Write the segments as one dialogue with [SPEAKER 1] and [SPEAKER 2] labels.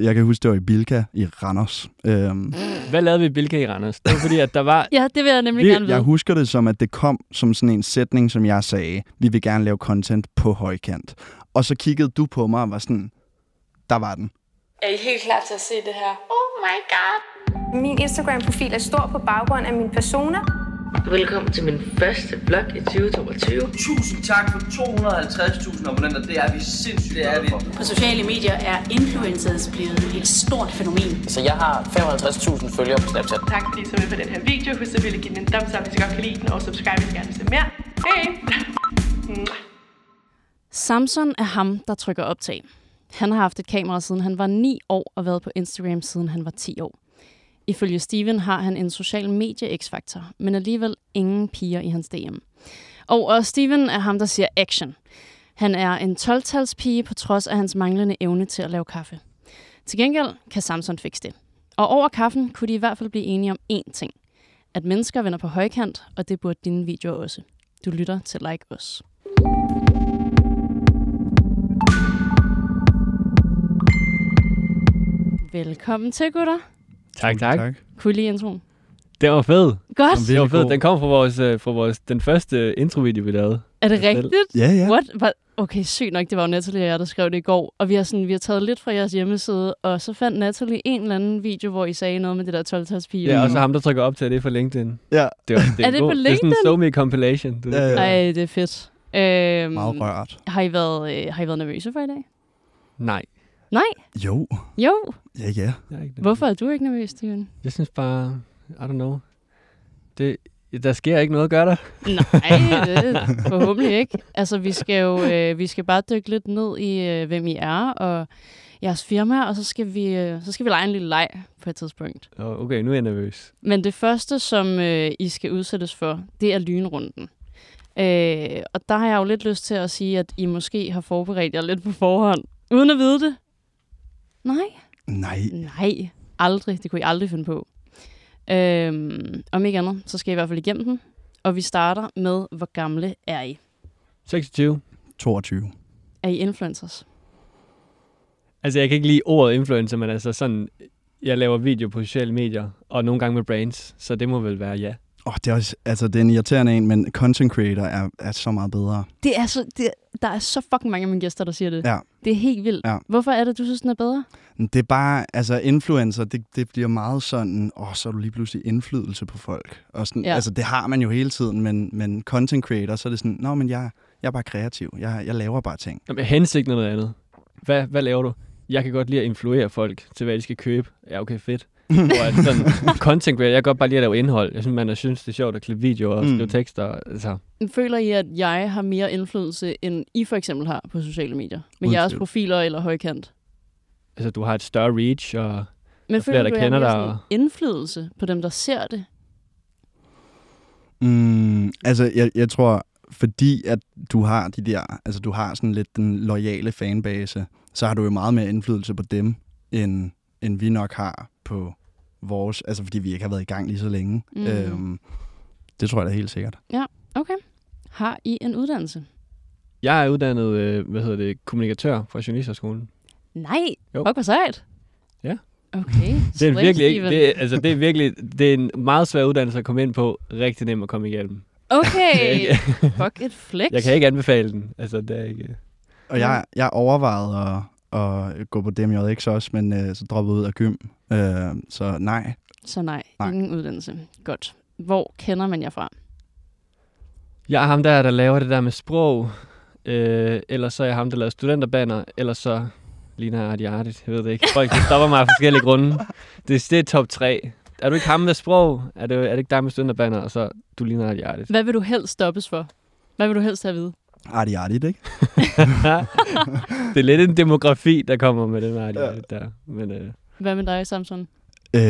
[SPEAKER 1] Jeg kan huske, det var i Bilka i Randers. Øhm,
[SPEAKER 2] Hvad lavede vi i Bilka i Randers? Det var fordi, at der var...
[SPEAKER 3] Ja, det vil jeg nemlig
[SPEAKER 1] vi,
[SPEAKER 3] gerne vide.
[SPEAKER 1] jeg husker det som, at det kom som sådan en sætning, som jeg sagde, vi vil gerne lave content på højkant. Og så kiggede du på mig og var sådan, der var den.
[SPEAKER 4] Er I helt klar til at se det her?
[SPEAKER 5] Oh my god.
[SPEAKER 6] Min Instagram-profil er stor på baggrund af min persona.
[SPEAKER 7] Velkommen til min første blog i 2022.
[SPEAKER 8] Tusind tak for 250.000 abonnenter. Det er vi sindssygt det er vi.
[SPEAKER 9] På sociale medier er influencers blevet et stort fænomen.
[SPEAKER 10] Så jeg har 55.000 følgere på Snapchat.
[SPEAKER 5] Tak fordi I så med på den her video. Husk at ville give den en thumbs up, hvis I godt kan lide den, og subscribe, hvis I gerne vil se mere. Hej!
[SPEAKER 3] Samson er ham, der trykker optag. Han har haft et kamera siden han var 9 år og været på Instagram siden han var 10 år. Ifølge Steven har han en social medie x-faktor, men alligevel ingen piger i hans DM. Og, og Steven er ham, der siger action. Han er en 12-tals pige på trods af hans manglende evne til at lave kaffe. Til gengæld kan Samson fikse det. Og over kaffen kunne de i hvert fald blive enige om én ting. At mennesker vender på højkant, og det burde dine videoer også. Du lytter til Like Us. Velkommen til, gutter.
[SPEAKER 2] Tak, tak.
[SPEAKER 1] tak.
[SPEAKER 3] Kunne I lide introen?
[SPEAKER 2] Det var fedt.
[SPEAKER 3] Godt.
[SPEAKER 2] Det var fedt.
[SPEAKER 1] god.
[SPEAKER 2] Den kom fra vores, øh, fra vores, den første introvideo, vi lavede.
[SPEAKER 3] Er det
[SPEAKER 2] Jeg selv.
[SPEAKER 3] rigtigt?
[SPEAKER 1] Ja, ja.
[SPEAKER 3] What? Hvor- Okay, sygt nok. Det var jo Natalie og jeg, der skrev det i går. Og vi har, sådan, vi har taget lidt fra jeres hjemmeside, og så fandt Natalie en eller anden video, hvor I sagde noget med det der 12-tals pige.
[SPEAKER 2] Ja, og så ham, der trykker op til, det er for LinkedIn.
[SPEAKER 1] Ja,
[SPEAKER 2] Det var, det
[SPEAKER 3] Er det
[SPEAKER 2] god.
[SPEAKER 3] på
[SPEAKER 2] Det er sådan en SoMe compilation. Du,
[SPEAKER 1] Ja, ja.
[SPEAKER 3] Ej, det er fedt. Øhm,
[SPEAKER 1] meget rørt.
[SPEAKER 3] har, I været, øh, har I været nervøse for i dag?
[SPEAKER 2] Nej.
[SPEAKER 1] Jo,
[SPEAKER 3] Jo.
[SPEAKER 1] ja, ja.
[SPEAKER 2] Jeg er ikke nervøs.
[SPEAKER 3] Hvorfor er du ikke nervøs, Steven?
[SPEAKER 2] Jeg synes bare, I don't know. Det, der sker ikke noget, gør der?
[SPEAKER 3] Nej, det er forhåbentlig ikke. Altså, vi skal jo øh, vi skal bare dykke lidt ned i, øh, hvem I er og jeres firma, og så skal vi, øh, så skal vi lege en lille leg på et tidspunkt.
[SPEAKER 2] Åh, Okay, nu er jeg nervøs.
[SPEAKER 3] Men det første, som øh, I skal udsættes for, det er lynrunden. Øh, og der har jeg jo lidt lyst til at sige, at I måske har forberedt jer lidt på forhånd, uden at vide det. Nej,
[SPEAKER 1] Nej,
[SPEAKER 3] nej, aldrig. Det kunne I aldrig finde på. Øh, om ikke andet, så skal I i hvert fald igennem den. Og vi starter med, hvor gamle er I?
[SPEAKER 2] 26.
[SPEAKER 1] 22.
[SPEAKER 3] Er I influencers?
[SPEAKER 2] Altså, jeg kan ikke lide ordet influencer, men altså sådan, jeg laver video på sociale medier, og nogle gange med brands, så det må vel være ja.
[SPEAKER 1] Åh, det er også, altså, det er en irriterende en, men content creator er, er så meget bedre.
[SPEAKER 3] Det er så, det, der er så fucking mange af mine gæster, der siger det.
[SPEAKER 1] Ja.
[SPEAKER 3] Det er helt vildt.
[SPEAKER 1] Ja.
[SPEAKER 3] Hvorfor er det, du synes, den er bedre?
[SPEAKER 1] Men Det er bare, altså influencer, det, det bliver meget sådan, åh, så er du lige pludselig indflydelse på folk. Og sådan,
[SPEAKER 3] Ja.
[SPEAKER 1] ja. Altså, det har man jo hele tiden, men, men content creator, så er det sådan, nå, men jeg, jeg er bare kreativ. Jeg, jeg laver bare ting.
[SPEAKER 2] Jamen, hensigten er noget andet. Hvad, hvad laver du? Jeg kan godt lide at influere folk til, hvad de skal købe. Ja, okay, fedt. Hvor at sådan, content creator, jeg kan godt bare lide at lave indhold. Jeg synes, man synes, det er sjovt at klippe videoer og
[SPEAKER 1] Mm.
[SPEAKER 2] skrive tekster. Altså,
[SPEAKER 3] Føler I, at jeg har mere indflydelse, end I for eksempel har på sociale medier? Med
[SPEAKER 1] Uden
[SPEAKER 3] jeres
[SPEAKER 1] tvivl.
[SPEAKER 3] profiler eller højkant?
[SPEAKER 2] altså, du har et større reach, og
[SPEAKER 3] Men
[SPEAKER 2] er flere, der
[SPEAKER 3] I har
[SPEAKER 2] kender
[SPEAKER 3] mere
[SPEAKER 2] dig,
[SPEAKER 3] sådan
[SPEAKER 2] og-
[SPEAKER 3] indflydelse på dem, der ser det?
[SPEAKER 1] Mm, altså, jeg, jeg tror, fordi at du har de der, altså du har sådan lidt den loyale fanbase, så har du jo meget mere indflydelse på dem, end, end vi nok har på vores, altså fordi vi ikke har været i gang lige så længe.
[SPEAKER 3] Mm.
[SPEAKER 1] Mm. Øhm, det tror jeg da helt sikkert.
[SPEAKER 3] Okay. Har I en uddannelse?
[SPEAKER 2] jeg er uddannet, øh, hvad hedder det, kommunikatør fra Journalisterskolen.
[SPEAKER 3] Nej.
[SPEAKER 2] Jo.
[SPEAKER 3] Fuck, hvor sejt.
[SPEAKER 2] Ja.
[SPEAKER 3] Okay.
[SPEAKER 2] Det er
[SPEAKER 3] Slay,
[SPEAKER 2] virkelig ikke,
[SPEAKER 3] Steven.
[SPEAKER 2] det, er- altså, det er virkelig, det er en meget svær uddannelse at komme ind på, rigtig nem at komme igennem. Det er
[SPEAKER 3] Okay.
[SPEAKER 2] ikke-
[SPEAKER 3] Fuck et flex.
[SPEAKER 2] Jeg kan ikke anbefale den. Altså, det er ikke...
[SPEAKER 1] Og jeg, jeg overvejede at, at gå på DMJX også, men øh, så droppede ud af gym. Øh, så nej.
[SPEAKER 3] Så nej,
[SPEAKER 1] Nej.
[SPEAKER 3] ingen uddannelse. Godt. Hvor kender man jer fra?
[SPEAKER 2] Jeg er ham der, der laver det der med sprog. Øh, ellers så er jeg ham, der laver studenterbanner. Ellers så ligner jeg Artie Artit. Jeg ved det ikke. Folk de stopper mig af forskellige grunde. Det, det er top 3. Er du ikke ham med sprog? Er det, er det ikke dig med studenterbanner? Og så, du ligner Artie Artit.
[SPEAKER 3] Hvad vil du helst stoppes for? Hvad vil du helst have at vide?
[SPEAKER 1] Arti artigt, ikke?
[SPEAKER 2] det er lidt en demografi, der kommer med den Artie Artit der. Men øh,
[SPEAKER 3] Hvad med dig, Samson?
[SPEAKER 1] Øh,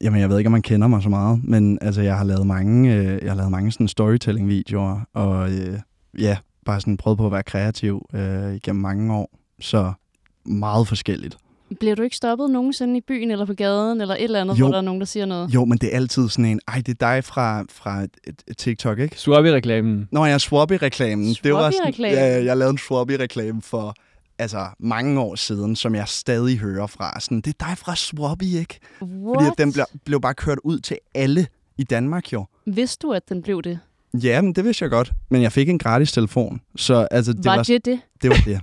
[SPEAKER 1] jamen, jeg ved ikke, om man kender mig så meget, men altså, jeg har lavet mange, øh, jeg har lavet mange sådan storytelling-videoer, og øh, ja, bare sådan prøvet på at være kreativ øh, igennem mange år. Så meget forskelligt.
[SPEAKER 3] Bliver du ikke stoppet nogensinde i byen eller på gaden eller et eller andet,
[SPEAKER 1] Jo.
[SPEAKER 3] hvor der er nogen, der siger noget?
[SPEAKER 1] Jo, men det er altid sådan en, ej, det er dig fra, fra øh, TikTok, ikke?
[SPEAKER 2] Swabi-reklamen.
[SPEAKER 1] Nå, jeg er Swabi-reklamen. Det var sådan,
[SPEAKER 3] Swabi-reklamen?
[SPEAKER 1] ja, ja, jeg lavede en Swabi-reklame for altså, mange år siden, som jeg stadig hører fra. Sådan, det er dig fra Swabi, ikke?
[SPEAKER 3] What?
[SPEAKER 1] Fordi at den blev, blev bare kørt ud til alle i Danmark, jo.
[SPEAKER 3] Vidste du, at den blev det?
[SPEAKER 1] Ja, men det vidste jeg godt. Men jeg fik en gratis telefon. Så altså, det
[SPEAKER 3] var,
[SPEAKER 1] var,
[SPEAKER 3] var det det?
[SPEAKER 1] det, var det.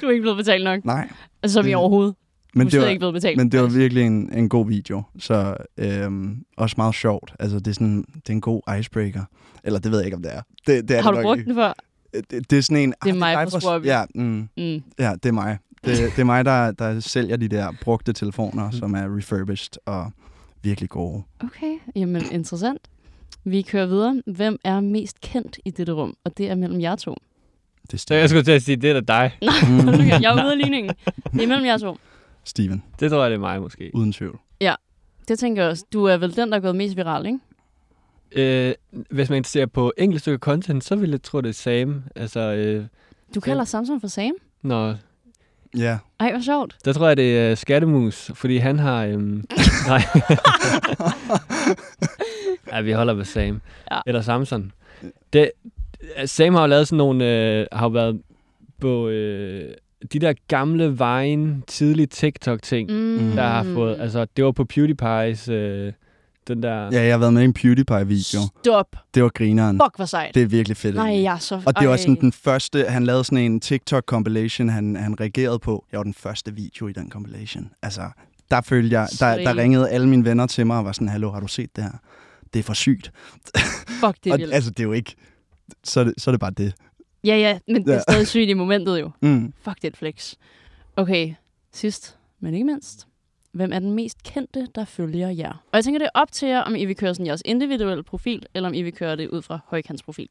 [SPEAKER 3] Du er ikke blevet betalt nok.
[SPEAKER 1] Nej.
[SPEAKER 3] Altså, som i
[SPEAKER 1] det-
[SPEAKER 3] overhovedet.
[SPEAKER 1] Mm. Men
[SPEAKER 3] du er
[SPEAKER 1] det
[SPEAKER 3] slet
[SPEAKER 1] var,
[SPEAKER 3] ikke blevet betalt.
[SPEAKER 1] men det var virkelig en, en god video. Så øhm, også meget sjovt. Altså, det er, sådan, det er en god icebreaker. Eller det ved jeg ikke, om det er. Det, det er
[SPEAKER 3] Har
[SPEAKER 1] det
[SPEAKER 3] du
[SPEAKER 1] nok
[SPEAKER 3] brugt
[SPEAKER 1] ikke.
[SPEAKER 3] den før?
[SPEAKER 1] Det, det er sådan en... "Ah,
[SPEAKER 3] mig
[SPEAKER 1] dig
[SPEAKER 3] fra
[SPEAKER 1] fra-
[SPEAKER 3] Swabi."
[SPEAKER 1] Ja, mm,
[SPEAKER 3] Mm.
[SPEAKER 1] ja, det er mig. Det, det er mig, der, der sælger de der brugte telefoner, som er refurbished og virkelig gode.
[SPEAKER 3] Okay, jamen interessant. Vi kører videre. Hvem er mest kendt i dette rum? Og det er mellem jer to.
[SPEAKER 1] Mm. Det er
[SPEAKER 2] Så
[SPEAKER 1] Steven.
[SPEAKER 2] jeg skulle til at sige, det er da dig.
[SPEAKER 3] Hold nu kæft, Jeg er ude af ligningen. Det er mellem jer to.
[SPEAKER 1] Steven,
[SPEAKER 2] Det tror jeg, det er mig måske.
[SPEAKER 1] uden tvivl.
[SPEAKER 3] Det tænker jeg også. Du er vel den, der er gået mest viral, ikke?
[SPEAKER 2] Øh, hvis man ser på enkelte stykker content, så ville jeg tro, det er Sam. Altså, øh,
[SPEAKER 3] Du kalder Samsung for Sam.
[SPEAKER 2] når,
[SPEAKER 1] Ja.
[SPEAKER 3] Ej, hvor sjovt.
[SPEAKER 2] der tror jeg, det er øh, Skattemus, fordi han har... Øhm, nej. ja, vi holder med Sam.
[SPEAKER 3] Ja.
[SPEAKER 2] Eller Samson. Det, Sam har jo lavet sådan nogle... Øh, har jo været på øh, de der gamle vejen, tidlige TikTok-ting, mm.
[SPEAKER 3] Mm.
[SPEAKER 2] der har fået... Altså, det var på PewDiePie's... Øh, den der...
[SPEAKER 1] ja, jeg har været med i en PewDiePie-video.
[SPEAKER 3] Stop.
[SPEAKER 1] Det var grineren.
[SPEAKER 3] Fuck, hvor sejt.
[SPEAKER 1] Det er virkelig fedt.
[SPEAKER 3] Nej,
[SPEAKER 1] egentlig.
[SPEAKER 3] jeg er så...
[SPEAKER 1] Og det var sådan
[SPEAKER 3] Ej.
[SPEAKER 1] den første, han lavede sådan en TikTok-compilation, han, han reagerede på. Jeg var den første video i den compilation. Altså, der følte jeg, der,
[SPEAKER 3] Sådan.
[SPEAKER 1] der ringede alle mine venner til mig og var sådan, hallo, har du set det her? Det er for sygt.
[SPEAKER 3] Fuck, det er
[SPEAKER 1] og,
[SPEAKER 3] vildt.
[SPEAKER 1] altså, det er jo ikke... Så er det, så er det bare det.
[SPEAKER 3] Ja, ja, men det er
[SPEAKER 1] Ja.
[SPEAKER 3] stadig sygt i momentet jo.
[SPEAKER 1] Mm.
[SPEAKER 3] Fuck, det er et flex. Okay, sidst, men ikke mindst. Hvem er den mest kendte, der følger jer? Og jeg tænker, det er op til jer, om I vil køre sådan jeres individuelle profil, eller om I vil køre det ud fra Højkants profil.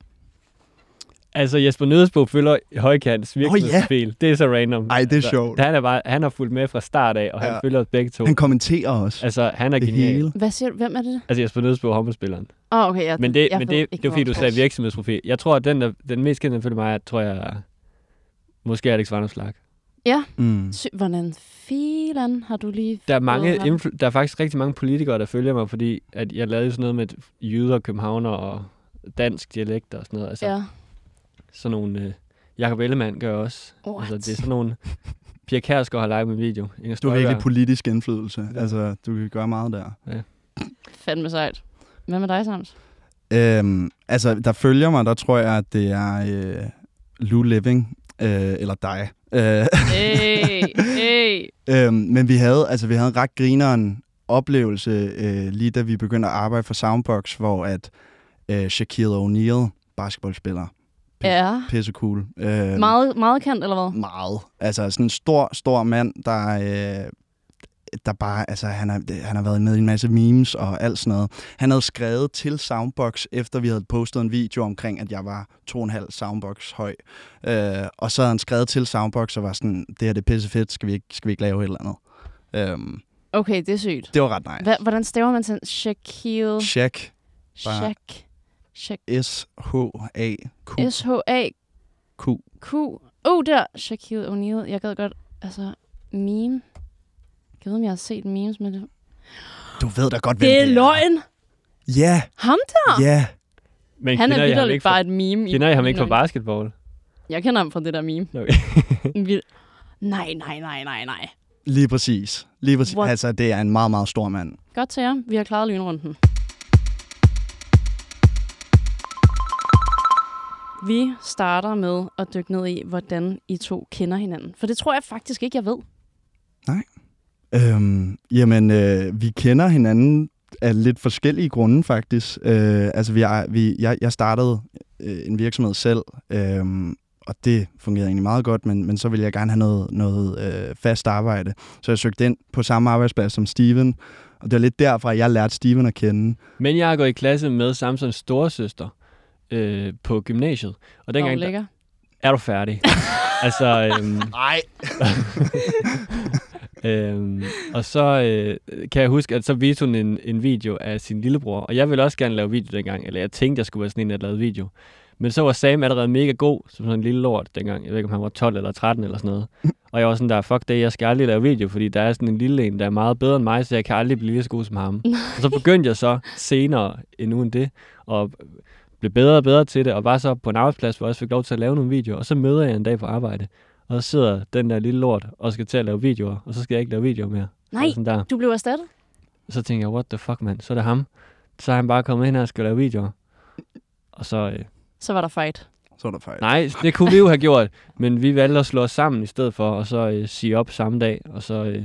[SPEAKER 2] Altså, Jesper Nødesbo følger Højkants virksomhedsprofil. Oh, ja. Det er så random.
[SPEAKER 1] Ej, det er sjovt.
[SPEAKER 2] Han, er bare, han har fulgt med fra start af, og ja.
[SPEAKER 1] Ja.
[SPEAKER 2] han følger os begge to.
[SPEAKER 1] Han kommenterer også.
[SPEAKER 2] Altså, han er
[SPEAKER 1] det
[SPEAKER 2] genial.
[SPEAKER 1] hele.
[SPEAKER 3] Hvad siger du? Hvem er det?
[SPEAKER 2] Altså, Jesper Nødesbo er håndboldspilleren.
[SPEAKER 3] Åh, oh, okay. Jeg,
[SPEAKER 2] Men det,
[SPEAKER 3] jeg
[SPEAKER 2] men
[SPEAKER 3] ved
[SPEAKER 2] det,
[SPEAKER 3] ikke,
[SPEAKER 2] det er fordi,
[SPEAKER 3] hvor-
[SPEAKER 2] du sagde virksomhedsprofil. Jeg tror, at den, der, den mest kendte, der følger mig, er, tror jeg, er- måske Alex Vanderslag.
[SPEAKER 1] Mm.
[SPEAKER 3] Sy- Hvordan filan har du lige...
[SPEAKER 2] Der er,
[SPEAKER 3] fået
[SPEAKER 2] mange,
[SPEAKER 3] ham?
[SPEAKER 2] influ- der er faktisk rigtig mange politikere, der følger mig, fordi at jeg lavede sådan noget med jyder, københavner og dansk dialekt og sådan noget. Altså, ja.
[SPEAKER 3] Ja.
[SPEAKER 2] sådan nogle... Øh, Jakob Ellemann gør også.
[SPEAKER 3] What?
[SPEAKER 2] Altså, det er sådan nogle... Pia Kærsgaard har leget med video. Inger
[SPEAKER 1] Du har
[SPEAKER 2] Støjberg.
[SPEAKER 1] virkelig politisk indflydelse. Altså, du kan gøre meget der.
[SPEAKER 3] Fandme sejt. Hvad med dig, Sams?
[SPEAKER 1] Øhm, altså, der følger mig, der tror jeg, at det er øh, Lou Living, øh, eller dig. Øh,
[SPEAKER 3] Hey, hey.
[SPEAKER 1] Øhm, men vi havde, altså, vi havde en ret grineren oplevelse, øh, lige da vi begyndte at arbejde for Soundbox, hvor at øh, Shaquille O'Neal, basketballspiller,
[SPEAKER 3] Ja.
[SPEAKER 1] pisse cool. Øh,
[SPEAKER 3] Meget, meget kendt, eller hvad?
[SPEAKER 1] Meget. Altså sådan en stor, stor mand, der, øh, der bare, altså han har, han har været med i en masse memes og alt sådan noget. Han havde skrevet til Soundbox, efter vi havde postet en video omkring, at jeg var 2,5 Soundbox høj. Øh, og så havde han skrevet til Soundbox og var sådan, det her det er pisse fedt, skal vi ikke, skal vi ikke lave et eller andet? Øhm,
[SPEAKER 3] Okay, det er sygt.
[SPEAKER 1] det var ret nice.
[SPEAKER 3] Hva, hvordan staver man sådan? Shaquille...
[SPEAKER 1] Check. Bare-
[SPEAKER 3] Shaq. Shaq.
[SPEAKER 1] S-H-A-Q.
[SPEAKER 3] S-H-A-Q.
[SPEAKER 1] Q.
[SPEAKER 3] Oh, der. Shaquille O'Neal. Jeg gad godt. Altså, meme. Jeg ved, om jeg har set memes med det.
[SPEAKER 1] Du ved da godt, hvem
[SPEAKER 3] Det er løgn. Ah.
[SPEAKER 1] Ja,
[SPEAKER 3] Ham der.
[SPEAKER 1] ja.
[SPEAKER 2] Men
[SPEAKER 3] Han
[SPEAKER 2] kender
[SPEAKER 3] er
[SPEAKER 2] I ham ikke
[SPEAKER 3] vidderligt
[SPEAKER 2] fra-
[SPEAKER 3] bare et meme. i-
[SPEAKER 2] Kender I ham ikke fra
[SPEAKER 3] i-
[SPEAKER 2] basketball?
[SPEAKER 3] Jeg kender ham fra det der meme.
[SPEAKER 2] Okay.
[SPEAKER 3] Vild. Nej, nej, nej, nej, nej.
[SPEAKER 1] Lige præcis. Lige præcis.
[SPEAKER 3] What?
[SPEAKER 1] Altså, det er en meget, meget stor mand.
[SPEAKER 3] Godt til jer. Vi har klaret lynrunden. Vi starter med at dykke ned i, hvordan I to kender hinanden. For det tror jeg faktisk ikke, jeg ved.
[SPEAKER 1] Øhm, jamen, øh, vi kender hinanden af lidt forskellige grunde, faktisk. Øh, altså, vi er, vi, jeg, jeg startede øh, en virksomhed selv, øh, og det fungerede egentlig meget godt, men, men så ville jeg gerne have noget, noget øh, fast arbejde. Så jeg søgte ind på samme arbejdsplads som Steven, og det var lidt derfra, jeg lærte Steven at kende.
[SPEAKER 2] Men jeg har gået i klasse med Samsons storesøster øh, på gymnasiet. Og
[SPEAKER 3] Dengang,
[SPEAKER 2] dengang,
[SPEAKER 3] hvor
[SPEAKER 2] der,
[SPEAKER 3] ligger.
[SPEAKER 2] er du færdig? altså, øhm,
[SPEAKER 1] Nej.
[SPEAKER 2] øhm, og så øh, kan jeg huske, at så viste hun en, en video af sin lillebror. Og jeg ville også gerne lave video dengang, eller jeg tænkte, jeg skulle være sådan en, der lavede video. Men så var Sam allerede mega god, som sådan en lille lort dengang. Jeg ved ikke, om han var 12 eller 13 eller sådan noget. Og jeg var sådan der, fuck det, jeg skal aldrig lave video, fordi der er sådan en lille en, der er meget bedre end mig, så jeg kan aldrig blive lige så god som ham. Og så begyndte jeg så senere endnu end det, at blev bedre og bedre til det, og var så på en arbejdsplads, hvor jeg også fik lov til at lave nogle videoer, og så møder jeg en dag på arbejde, og så sidder den der lille lort og skal til at lave videoer, og så skal jeg ikke lave videoer mere.
[SPEAKER 3] Nej,
[SPEAKER 2] Og sådan der.
[SPEAKER 3] du blev erstattet.
[SPEAKER 2] Så tænker jeg, what the fuck, mand, så er det ham. Så er han bare kommet hen her og skal lave videoer. Og så, øh,
[SPEAKER 3] Så var der fight.
[SPEAKER 1] Så er der fejl.
[SPEAKER 2] nej, det kunne vi jo have gjort, men vi valgte at slå os sammen i stedet for, og så øh, sige op samme dag, og så, øh,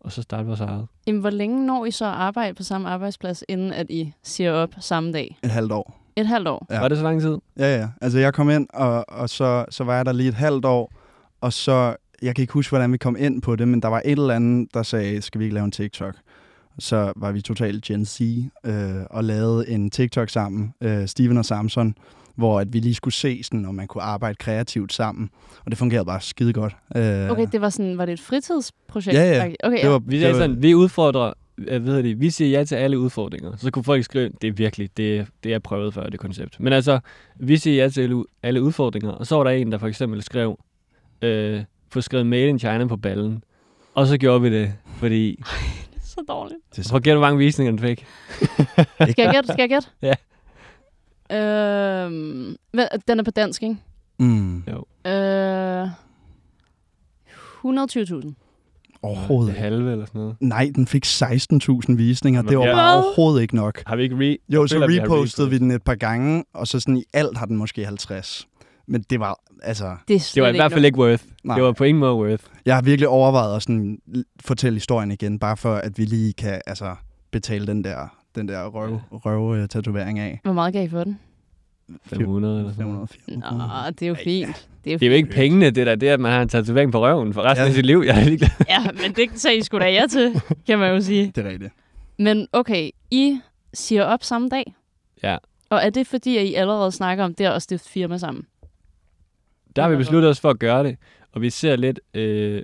[SPEAKER 2] og så starte vores eget.
[SPEAKER 3] Jamen, hvor længe når I så at arbejde på samme arbejdsplads, inden at I siger op samme dag?
[SPEAKER 1] Et halvt år.
[SPEAKER 3] Et halvt år.
[SPEAKER 1] Ja.
[SPEAKER 2] Ja. Var det så lang tid?
[SPEAKER 1] Ja, ja. Altså, jeg kom ind, og, og så, så var jeg der lige et halvt år, og så, jeg kan ikke huske, hvordan vi kom ind på det, men der var et eller andet, der sagde, skal vi ikke lave en TikTok? Så var vi totalt Gen Z øh, og lavede en TikTok sammen, øh, Steven og Samson, hvor at vi lige skulle se, sådan, om man kunne arbejde kreativt sammen. Og det fungerede bare skide godt. Øh,
[SPEAKER 3] Okay, det var sådan, var det et fritidsprojekt?
[SPEAKER 1] Ja, ja.
[SPEAKER 3] Okay,
[SPEAKER 1] det var,
[SPEAKER 2] Vi,
[SPEAKER 1] det
[SPEAKER 2] sagde
[SPEAKER 1] var,
[SPEAKER 2] sådan, vi udfordrer, øh, hvad hedder det, vi siger ja til alle udfordringer. Så kunne folk skrive, det er virkelig, det, er- det er prøvet før, det koncept. Men altså, vi siger ja til alle u- alle udfordringer, og så var der en, der for eksempel skrev, øh, få skrevet Made in China på ballen. Og så gjorde vi det, fordi...
[SPEAKER 3] så dårligt.
[SPEAKER 2] Prøv at gætte, hvor mange visninger den fik.
[SPEAKER 3] Skal jeg gætte? Skal jeg gætte?
[SPEAKER 2] Ja.
[SPEAKER 3] Øhm, hvad, den er på dansk, ikke?
[SPEAKER 1] mm,
[SPEAKER 3] Øh, 120.000.
[SPEAKER 1] overhovedet
[SPEAKER 2] Det
[SPEAKER 1] ikke.
[SPEAKER 2] halve eller sådan noget.
[SPEAKER 1] Nej, den fik 16.000 visninger. Det var
[SPEAKER 2] Ja.
[SPEAKER 1] bare
[SPEAKER 3] Hvad?
[SPEAKER 1] overhovedet ikke nok.
[SPEAKER 2] Har vi ikke re...
[SPEAKER 1] Jo, så
[SPEAKER 2] Føler vi har
[SPEAKER 1] repostede vi
[SPEAKER 2] repostet.
[SPEAKER 1] den et par gange, og så sådan i alt har den måske 50. Men det var, altså,
[SPEAKER 3] Det er slet
[SPEAKER 2] Det var i hvert fald
[SPEAKER 3] nok.
[SPEAKER 2] ikke worth.
[SPEAKER 1] Nej.
[SPEAKER 2] Nej. Det var på ingen måde worth.
[SPEAKER 1] jeg har virkelig overvejet at sådan l- fortælle historien igen, bare for at vi lige kan altså, betale den der, den der røv, røv øh, tatovering af.
[SPEAKER 3] Hvor meget gav I for den?
[SPEAKER 2] 500 eller sådan noget.
[SPEAKER 1] 500, 400.
[SPEAKER 3] Nå, det er jo fint. Det er jo
[SPEAKER 2] Mm. Det er jo ikke pengene, det der. Det er, at man har en tatovering på røven for resten
[SPEAKER 1] Ja.
[SPEAKER 2] af sit liv. Jeg er ligeglad.
[SPEAKER 3] fint. Ja, men det sagde I sgu da ja til, kan man jo sige.
[SPEAKER 1] Det er rigtigt.
[SPEAKER 3] Men okay, I siger op samme dag.
[SPEAKER 2] Ja.
[SPEAKER 3] Og er det fordi, at I allerede snakker om det at stifte firma sammen?
[SPEAKER 2] Der har vi besluttet os for at gøre det, og vi ser lidt... Øh,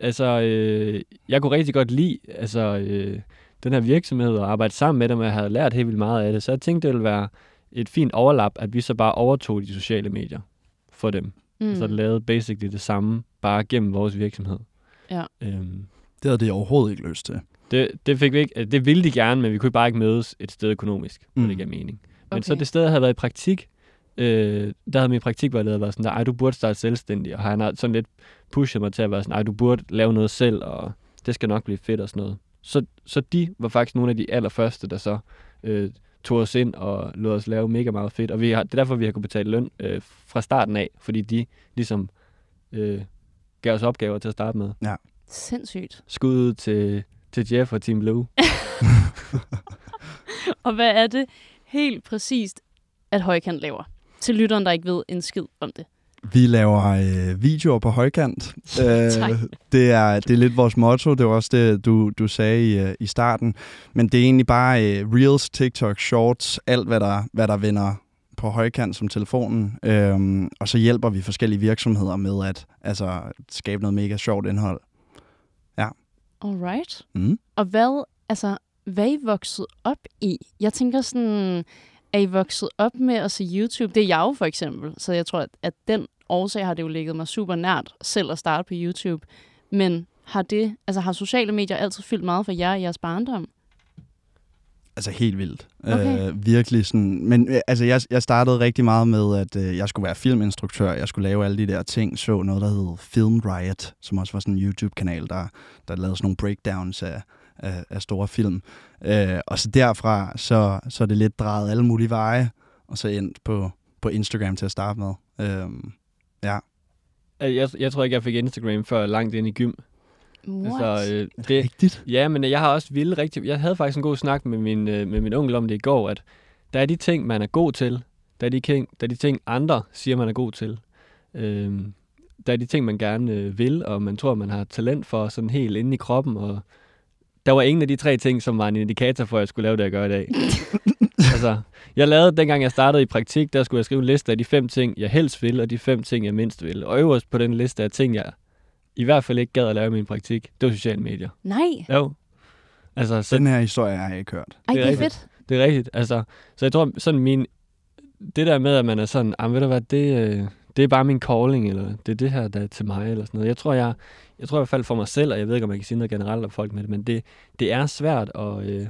[SPEAKER 2] altså, øh, jeg kunne rigtig godt lide altså, øh, den her virksomhed og arbejde sammen med dem, og jeg havde lært helt vildt meget af det, så jeg tænkte, det ville være et fint overlap, at vi så bare overtog de sociale medier for dem. Mm. Så lavede basically det samme, bare gennem vores virksomhed.
[SPEAKER 3] Ja.
[SPEAKER 2] Øhm,
[SPEAKER 1] Det havde det overhovedet ikke lyst til.
[SPEAKER 2] det, det, fik vi ikke, altså, det ville de gerne, men vi kunne bare ikke mødes et sted økonomisk, mm.
[SPEAKER 1] Mm.
[SPEAKER 2] når det gav mening. Men så
[SPEAKER 3] Okay.
[SPEAKER 2] det sted, jeg havde været i praktik, øh, der havde min praktikvejleder været sådan der, ej, du burde starte selvstændig, og han har sådan lidt pushet mig til at være sådan, ej, du burde lave noget selv, og det skal nok blive fedt og sådan noget. Så, så de var faktisk nogle af de allerførste, der så øh, tog os ind og lod os lave mega meget fedt, og vi har, det er derfor, vi har kunnet betale løn øh, fra starten af, fordi de ligesom øh, gav os opgaver til at starte med.
[SPEAKER 3] Sindssygt.
[SPEAKER 2] Skud ud til, til Jeff og Team Blue.
[SPEAKER 3] Og hvad er det helt præcist, at højkant laver? Til lytteren, der ikke ved en skid om det.
[SPEAKER 1] Vi laver øh, videoer på højkant. Øh, det, er, det er lidt vores motto. Det var også det, du, du sagde i, øh, i starten. Men det er egentlig bare øh, Reels, TikTok, Shorts, alt hvad der, hvad der vender på højkant som telefonen. Øhm, og så hjælper vi forskellige virksomheder med at altså, skabe noget mega sjovt indhold.
[SPEAKER 3] Alright.
[SPEAKER 1] Mm.
[SPEAKER 3] Og hvad, altså, hvad er I vokset op i? Jeg tænker sådan, er I vokset op med at se YouTube? Det er jeg jo for eksempel, så jeg tror, at, at den årsag har det jo ligget mig super nært selv at starte på YouTube. Men har det, altså har sociale medier altid fyldt meget for jer i jeres barndom?
[SPEAKER 1] Altså helt vildt.
[SPEAKER 3] Okay.
[SPEAKER 1] Øh, virkelig sådan. Men øh, altså, jeg, jeg startede rigtig meget med, at øh, jeg skulle være filminstruktør. Jeg skulle lave alle de der ting. Så noget, der hed Film Riot, som også var sådan en YouTube-kanal, der, der lavede sådan nogle breakdowns af, af, af store film. Øh, og så derfra, så, så er det lidt drejet alle mulige veje, og så endt på, på Instagram til at starte med. Øh,
[SPEAKER 2] Øh, Jeg, jeg tror ikke, jeg fik Instagram før langt ind i gym.
[SPEAKER 3] What?
[SPEAKER 2] øh, det,
[SPEAKER 1] rigtigt?
[SPEAKER 2] ja, men jeg har også ville rigtig... Jeg havde faktisk en god snak med min, øh, med min onkel om det i går, at der er de ting, man er god til. Der er de, ting, der er de ting, andre siger, man er god til. Øhm, der er de ting, man gerne øh, vil, og man tror, man har talent for, sådan helt inde i kroppen. Og der var ingen af de tre ting, som var en indikator for, at jeg skulle lave det, jeg gør i dag. altså, jeg lavede, dengang jeg startede i praktik, der skulle jeg skrive en liste af de fem ting, jeg helst vil, og de fem ting, jeg mindst vil. Og øverst på den liste af ting, jeg i hvert fald ikke gad at lave i min praktik, det var sociale medier.
[SPEAKER 3] Nej,
[SPEAKER 2] Jo. Altså, så
[SPEAKER 1] Den her historie har jeg ikke hørt.
[SPEAKER 3] Ej,
[SPEAKER 2] det
[SPEAKER 3] det
[SPEAKER 2] er
[SPEAKER 3] er
[SPEAKER 2] rigtigt.
[SPEAKER 3] fedt.
[SPEAKER 2] det er rigtigt. Altså, så jeg tror, sådan min... Det der med, at man er sådan, ah, ved du hvad, det, øh, det er bare min calling, eller det er det her, der er til mig, eller sådan noget. Jeg tror, jeg, jeg tror i hvert fald for mig selv, og jeg ved ikke, om man kan sige noget generelt om folk med det, men det, det er svært at, øh,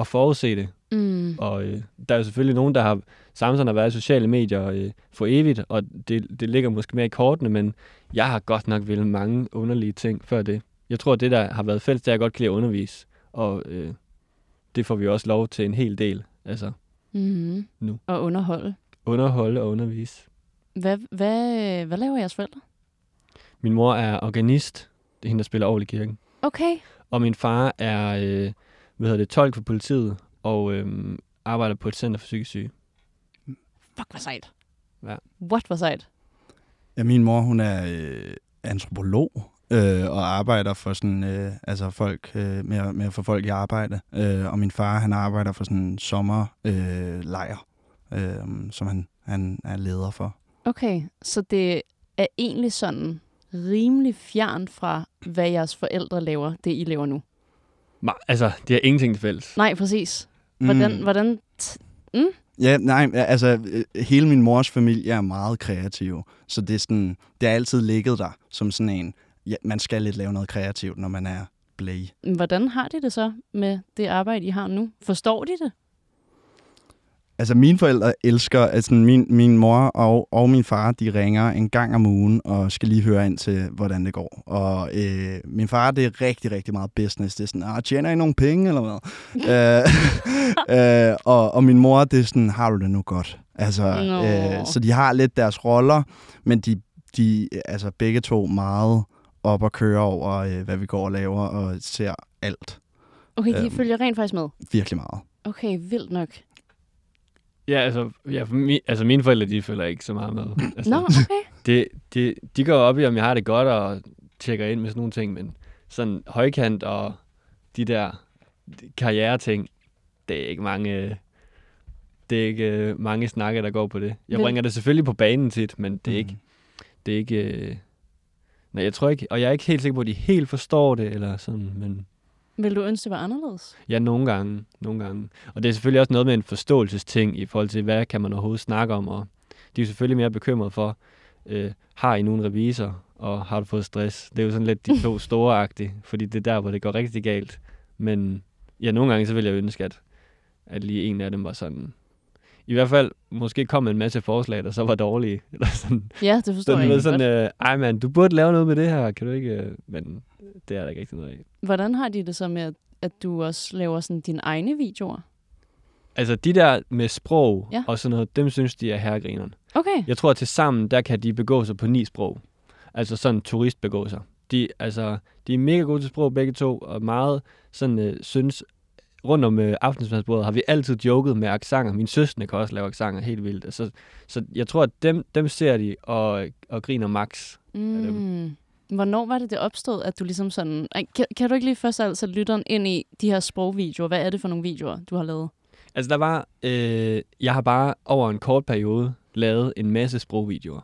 [SPEAKER 2] at forudse det.
[SPEAKER 3] Mm.
[SPEAKER 2] Og øh, der er jo selvfølgelig nogen, der har samtidig har været i sociale medier øh, for evigt, og det, det ligger måske mere i kortene, men jeg har godt nok ville mange underlige ting før det. Jeg tror, det der har været fælles, det er, at jeg godt kan lide at undervise, og øh, det får vi også lov til en hel del. Altså
[SPEAKER 3] Mm.
[SPEAKER 2] Nu.
[SPEAKER 3] Og underholde.
[SPEAKER 2] underholde og undervise.
[SPEAKER 3] Hvad, hvad, hvad laver jeres forældre?
[SPEAKER 2] Min mor er organist, det er hende, der spiller orgel i kirken.
[SPEAKER 3] Okay.
[SPEAKER 2] Og min far er, øh, hvad hedder det, tolk for politiet, og øh, arbejder på et center for psykisk syge.
[SPEAKER 3] Fuck, hvor sejt.
[SPEAKER 2] Ja.
[SPEAKER 3] What, hvor sejt.
[SPEAKER 1] Ja, min mor, hun er øh, antropolog øh, og arbejder for sådan, øh, altså folk, øh, med, at- med at få folk i arbejde. Øh, og min far, han arbejder for sådan en sommerlejr, øh, som han, han er leder for.
[SPEAKER 3] Okay, så det er egentlig sådan rimelig fjern fra, hvad jeres forældre laver, det I laver nu.
[SPEAKER 2] Ma- altså, det er ingenting til fælles.
[SPEAKER 3] Nej, præcis. Hvordan, mm. hvordan t-
[SPEAKER 1] Ja, nej, ja, altså øh, hele min mors familie er meget kreativ, så det er sådan, det har altid ligget der som sådan en, ja, man skal lidt lave noget kreativt, når man er blæge.
[SPEAKER 3] hvordan har de det så med det arbejde, I har nu? Forstår de det?
[SPEAKER 1] Altså mine forældre elsker, altså sådan, min, min mor og, og min far, de ringer en gang om ugen og skal lige høre ind til, hvordan det går. Og øh, min far, det er rigtig, rigtig meget business. Det er sådan, ah, tjener I nogle penge eller hvad? øh, øh, og, og min mor, det er sådan, har du det nu godt? Altså,
[SPEAKER 3] Nå.
[SPEAKER 1] øh, så de har lidt deres roller, men de, de er altså begge to meget op og køre over, øh, hvad vi går og laver, og ser alt
[SPEAKER 3] Okay, de
[SPEAKER 1] Øhm.
[SPEAKER 3] følger rent faktisk med.
[SPEAKER 1] virkelig meget.
[SPEAKER 3] Okay, vildt nok.
[SPEAKER 2] Ja, altså, ja, for mi- altså mine forældre, de følger ikke så meget med. Altså,
[SPEAKER 3] Nå, okay.
[SPEAKER 2] det, det, de går op i, om jeg har det godt, og tjekker ind med sådan nogle ting, men sådan højkant og de der karriereting, det er ikke mange... øh, Det er ikke øh, mange snakke, der går på det. Jeg
[SPEAKER 3] Vel-
[SPEAKER 2] bringer det selvfølgelig på banen tit, men det er ikke... Det er ikke øh, nej, jeg tror ikke... Og jeg er ikke helt sikker på, at de helt forstår det, eller sådan, men...
[SPEAKER 3] Vil du ønske, det var anderledes?
[SPEAKER 2] Ja, nogle gange. Nogle gange. Og det er selvfølgelig også noget med en forståelsesting i forhold til, hvad kan man overhovedet snakke om. Og de er jo selvfølgelig mere bekymrede for, øh, har I nogen revisor, og har du fået stress? Det er jo sådan lidt de to store fordi det er der, hvor det går rigtig galt. Men ja, nogle gange så vil jeg ønske, at, at lige en af dem var sådan... I hvert fald, måske kom med en masse forslag, der så var dårlige. Eller sådan,
[SPEAKER 3] Ja, det forstår
[SPEAKER 2] sådan,
[SPEAKER 3] jeg
[SPEAKER 2] du ved,
[SPEAKER 3] egentlig
[SPEAKER 2] sådan
[SPEAKER 3] godt.
[SPEAKER 2] øh, ej mand, du burde lave noget med det her, kan du ikke? øh?" Men det er der ikke rigtig noget af.
[SPEAKER 3] Hvordan har de det så med, at- at du også laver sådan dine egne videoer?
[SPEAKER 2] Altså de der med sprog
[SPEAKER 3] Ja.
[SPEAKER 2] ja. og sådan noget, dem synes de er herregrineren.
[SPEAKER 3] Okay,
[SPEAKER 2] Jeg tror, at til sammen, der kan de begå sig på ni sprog. Altså sådan turist begå sig. De, altså, de er mega gode til sprog begge to, og meget sådan øh, synes, rundt om øh, aftensmadsbordet har vi altid joket med aksanger. Min søstre kan også lave aksanger helt vildt. Så, så jeg tror, at dem, dem ser de og, og griner max. af dem.
[SPEAKER 3] Mm. Hvornår var det, det opstod, at du ligesom sådan... Ej, Kan, kan du ikke lige først altså lytteren ind i de her sprogvideoer? Hvad er det for nogle videoer, du har lavet?
[SPEAKER 2] Altså der var, øh, jeg har bare over en kort periode lavet en masse sprogvideoer,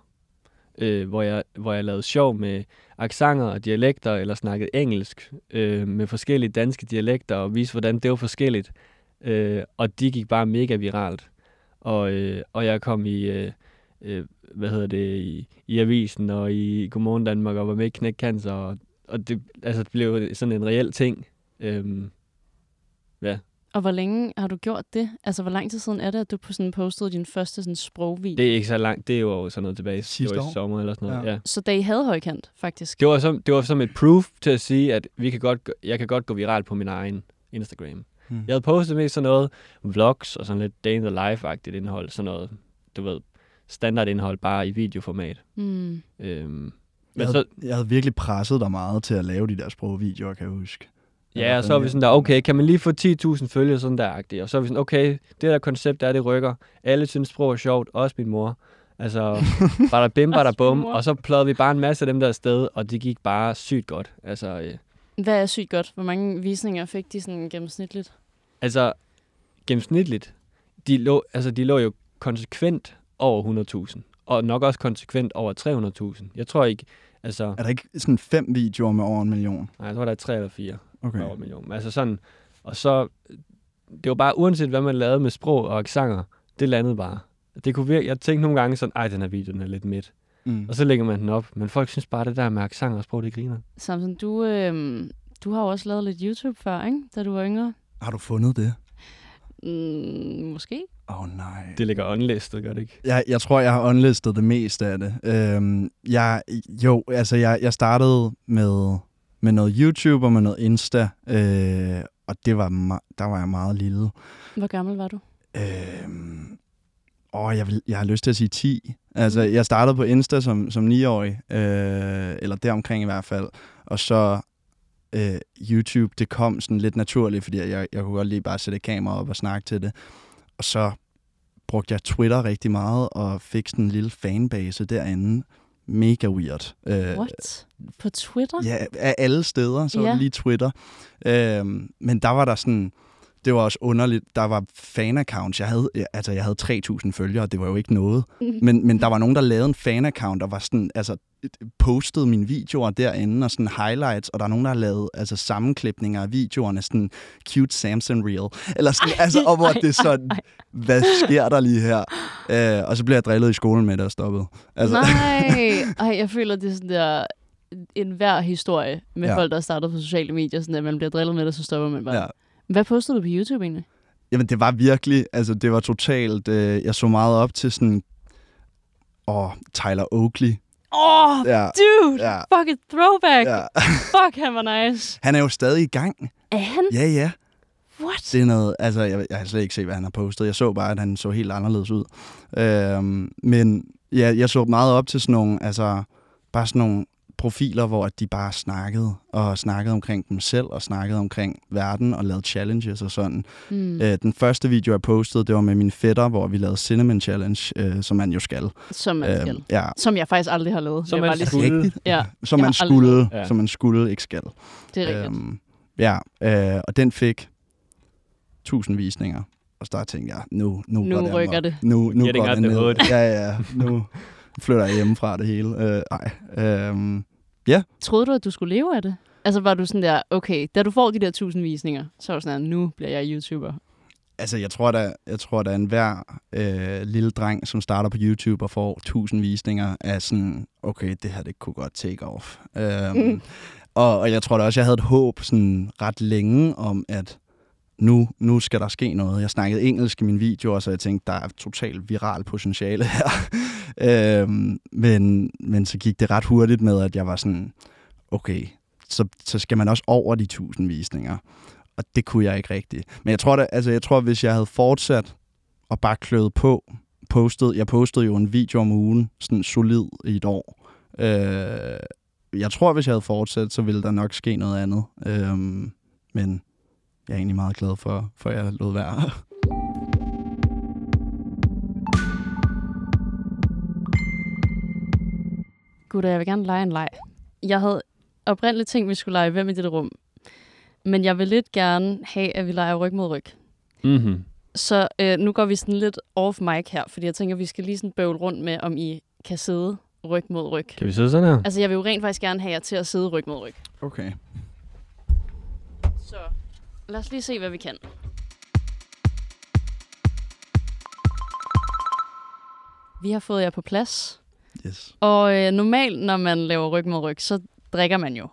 [SPEAKER 2] øh, hvor, jeg, hvor jeg lavede sjov med aksanger og dialekter, eller snakkede engelsk øh, med forskellige danske dialekter, og viste, hvordan det var forskelligt. Øh, og de gik bare mega viralt. Og, øh, og jeg kom i, øh, øh, hvad hedder det, i, i avisen og i Godmorgen Danmark, og var med i Knæk Cancer, og, og det, altså, det blev sådan en reel ting. Øh,
[SPEAKER 3] Og hvor længe har du gjort det? Altså, hvor lang tid siden er det, at du på sådan postede din første sådan sprogvideo?
[SPEAKER 2] Det er ikke så langt. Det er jo sådan noget tilbage.
[SPEAKER 1] Sidste
[SPEAKER 2] det var
[SPEAKER 1] år?
[SPEAKER 2] i sommer eller sådan noget.
[SPEAKER 1] Ja.
[SPEAKER 2] Ja. ja.
[SPEAKER 3] Så da I havde højkant, faktisk.
[SPEAKER 2] Det, var som, det var som et proof til at sige, at vi kan godt, gå- jeg kan godt gå viralt på min egen Instagram.
[SPEAKER 1] Mm.
[SPEAKER 2] Mm. Jeg havde postet mest sådan noget vlogs og sådan lidt day in the life-agtigt indhold. Sådan noget, du ved, standardindhold bare i videoformat.
[SPEAKER 3] Mm.
[SPEAKER 2] Øhm,
[SPEAKER 1] Jeg
[SPEAKER 2] men
[SPEAKER 1] havde,
[SPEAKER 2] så,
[SPEAKER 1] jeg havde virkelig presset dig meget til at lave de der sprogvideoer, kan jeg huske.
[SPEAKER 2] ja, og så var vi sådan der, okay, kan man lige få 10.000 følgere sådan der -agtigt? Og så er vi sådan, okay, det der koncept er, det rykker. Alle synes, sprog er sjovt, også min mor. Altså, bare der bim, bare der bum.
[SPEAKER 3] mor.
[SPEAKER 2] Og så pløjede vi bare en masse af dem der afsted, og det gik bare sygt godt. Altså, øh,
[SPEAKER 3] Hvad er sygt godt? Hvor mange visninger fik de sådan gennemsnitligt?
[SPEAKER 2] Altså, gennemsnitligt, de lå, altså, de lå jo konsekvent over 100.000. Og nok også konsekvent over 300.000. Jeg tror ikke, altså,
[SPEAKER 1] Er der ikke sådan fem videoer med over en million?
[SPEAKER 2] nej, jeg tror, der er 3 eller 4
[SPEAKER 1] Okay.
[SPEAKER 2] over en million. Men Altså sådan, og så, det var bare, uanset hvad man lavede med sprog og aksanger, det landede bare. Det kunne virke, jeg tænkte nogle gange sådan, ej, den her video, den er lidt midt.
[SPEAKER 1] Mm.
[SPEAKER 2] Og så lægger man den op, men folk synes bare, det der med aksanger og sprog, det griner.
[SPEAKER 3] øhm, Samson, du, øh, du har jo også lavet lidt YouTube før, ikke? Da du var yngre.
[SPEAKER 1] Har du fundet det?
[SPEAKER 3] Mm, måske.
[SPEAKER 1] Åh oh, nej.
[SPEAKER 2] Det ligger unlistet, gør det ikke?
[SPEAKER 1] Jeg, jeg tror, jeg har unlistet det meste af det. Øhm, jeg, jo, altså jeg, jeg startede med, med noget YouTube og med noget Insta, øh, og det var me- der var jeg meget lille.
[SPEAKER 3] Hvor gammel var du?
[SPEAKER 1] Øhm, åh, jeg, vil, jeg har lyst til at sige 10. Altså, jeg startede på Insta som, som 9-årig, øh, eller deromkring i hvert fald, og så øh, YouTube, det kom sådan lidt naturligt, fordi jeg, jeg kunne godt lige bare sætte et kamera op og snakke til det. Og så brugte jeg Twitter rigtig meget og fik sådan en lille fanbase derinde. Mega weird. Øh,
[SPEAKER 3] What? På Twitter?
[SPEAKER 1] Ja, af alle steder, så
[SPEAKER 3] Ja.
[SPEAKER 1] yeah. lige Twitter. Øhm, men der var der sådan, det var også underligt, der var fan-accounts. Jeg havde, ja, altså, jeg havde 3.000 følgere, det var jo ikke noget. Men, men der var nogen, der lavede en fan-account og var sådan, altså, postede mine videoer derinde og sådan highlights, og der er nogen, der har lavet altså, sammenklipninger af videoerne, sådan cute Samson reel, eller sådan, ej, altså, og hvor
[SPEAKER 3] ej,
[SPEAKER 1] det er sådan,
[SPEAKER 3] ej,
[SPEAKER 1] hvad sker der lige her? Øh, og så blev jeg drillet i skolen med det og stoppet.
[SPEAKER 3] Altså. Nej, Ej, jeg føler, det er sådan der en hver historie med ja.
[SPEAKER 1] Ja.
[SPEAKER 3] folk, der er startet på sociale medier, sådan at man bliver drillet med det, så stopper man bare. Ja.
[SPEAKER 1] Ja.
[SPEAKER 3] Hvad postede du på YouTube egentlig?
[SPEAKER 1] Jamen, det var virkelig, altså det var totalt, øh, jeg så meget op til sådan, åh, Tyler Oakley.
[SPEAKER 3] Åh, oh,
[SPEAKER 1] Ja,
[SPEAKER 3] dude!
[SPEAKER 1] ja,
[SPEAKER 3] Fuck et throwback!
[SPEAKER 1] ja.
[SPEAKER 3] Fuck, han var nice!
[SPEAKER 1] Han er jo stadig i gang.
[SPEAKER 3] Er han?
[SPEAKER 1] Ja, ja.
[SPEAKER 3] What?
[SPEAKER 1] Det er noget, altså jeg, jeg har slet ikke set, hvad han har postet. Jeg så bare, at han så helt anderledes ud. Øhm, men ja, jeg så meget op til sådan nogle, altså bare sådan nogle profiler, hvor at de bare snakkede, og snakkede omkring dem selv, og snakkede omkring verden, og lavede challenges og sådan.
[SPEAKER 3] Mm.
[SPEAKER 1] Øh, den første video, jeg postede, det var med min fætter, hvor vi lavede Cinnamon Challenge, øh, som man jo skal.
[SPEAKER 3] Som man skal.
[SPEAKER 1] Øhm, ja,
[SPEAKER 3] Som jeg faktisk aldrig har lavet.
[SPEAKER 2] Som
[SPEAKER 3] vil jeg
[SPEAKER 2] man
[SPEAKER 3] bare lige
[SPEAKER 2] skulle.
[SPEAKER 3] sige.
[SPEAKER 1] rigtigt.
[SPEAKER 3] Ja,
[SPEAKER 1] Som
[SPEAKER 3] Jeg
[SPEAKER 1] man
[SPEAKER 3] har aldrig
[SPEAKER 1] skulle,
[SPEAKER 2] Ja.
[SPEAKER 1] som man skulle, ikke skal.
[SPEAKER 3] det er rigtigt. Øhm,
[SPEAKER 1] ja, øh, og den fik tusind visninger. Og så der tænkte jeg, nu, nu,
[SPEAKER 3] Nu
[SPEAKER 1] går den
[SPEAKER 3] rykker
[SPEAKER 1] op.
[SPEAKER 3] det.
[SPEAKER 1] Nu, nu
[SPEAKER 2] Getting
[SPEAKER 1] går
[SPEAKER 2] out
[SPEAKER 1] den
[SPEAKER 2] the
[SPEAKER 1] ned.
[SPEAKER 2] hood.
[SPEAKER 1] Ja, ja, ja. nu flytter jeg hjemmefra det hele. Øh, ej, øh,
[SPEAKER 3] Troede du, at du skulle leve af det? Altså var du sådan der, okay, da du får de der tusind visninger, så er du sådan der, nu bliver jeg YouTuber.
[SPEAKER 1] altså jeg tror da, jeg tror da enhver øh, lille dreng, som starter på YouTube og får tusind visninger, er sådan, okay, det her det kunne godt take off. Øh, og, og jeg tror da også, jeg havde et håb sådan ret længe om, at nu, nu skal der ske noget. Jeg snakkede engelsk i min video, så jeg tænkte, der er totalt viral potentiale her. øhm, men, men så gik det ret hurtigt med, at jeg var sådan, okay, så, så skal man også over de tusind visninger. Og det kunne jeg ikke rigtigt. Men jeg tror, da, altså, jeg tror hvis jeg havde fortsat og bare kløet på, postet, jeg postede jo en video om ugen, sådan solid i et år. Øh, jeg tror, hvis jeg havde fortsat, så ville der nok ske noget andet. Øhm, men jeg er egentlig meget glad for, for at jeg lod være.
[SPEAKER 3] Gud, jeg vil gerne lege en leg. Jeg havde oprindeligt tænkt, vi skulle lege hvem i dette rum. Men jeg vil lidt gerne have, at vi leger ryg mod ryg.
[SPEAKER 2] Mm-hmm.
[SPEAKER 3] Så øh, nu går vi sådan lidt off mic her, fordi jeg tænker, vi skal lige sådan bøvle rundt med, om I kan sidde ryg mod ryg.
[SPEAKER 2] Kan vi sidde sådan her?
[SPEAKER 3] Altså, jeg vil jo rent faktisk gerne have jer til at sidde ryg mod ryg.
[SPEAKER 1] Okay.
[SPEAKER 3] Så lad os lige se, hvad vi kan. Vi har fået jer på plads.
[SPEAKER 1] Yes.
[SPEAKER 3] Og øh, normalt, når man laver ryg mod ryg, så drikker man jo.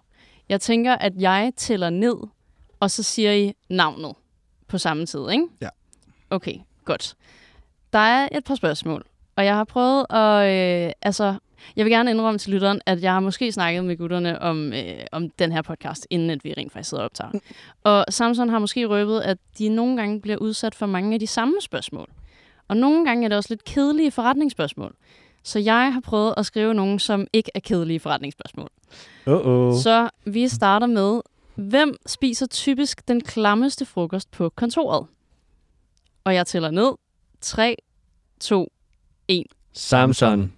[SPEAKER 3] Jeg tænker, at jeg tæller ned, og så siger I navnet på samme tid, ikke?
[SPEAKER 1] Ja.
[SPEAKER 3] Okay, godt. Der er et par spørgsmål, og jeg har prøvet at... Øh, altså, jeg vil gerne indrømme til lytteren, at jeg har måske snakket med gutterne om, øh, om den her podcast, inden at vi rent faktisk sidder og optager. Og Samson har måske røbet, at de nogle gange bliver udsat for mange af de samme spørgsmål. Og nogle gange er det også lidt kedelige forretningsspørgsmål. Så jeg har prøvet at skrive nogen, som ikke er kedelige forretningsspørgsmål.
[SPEAKER 2] Uh-oh.
[SPEAKER 3] Så vi starter med, hvem spiser typisk den klammeste frokost på kontoret? Og jeg tæller ned. 3, 2,
[SPEAKER 2] Samson.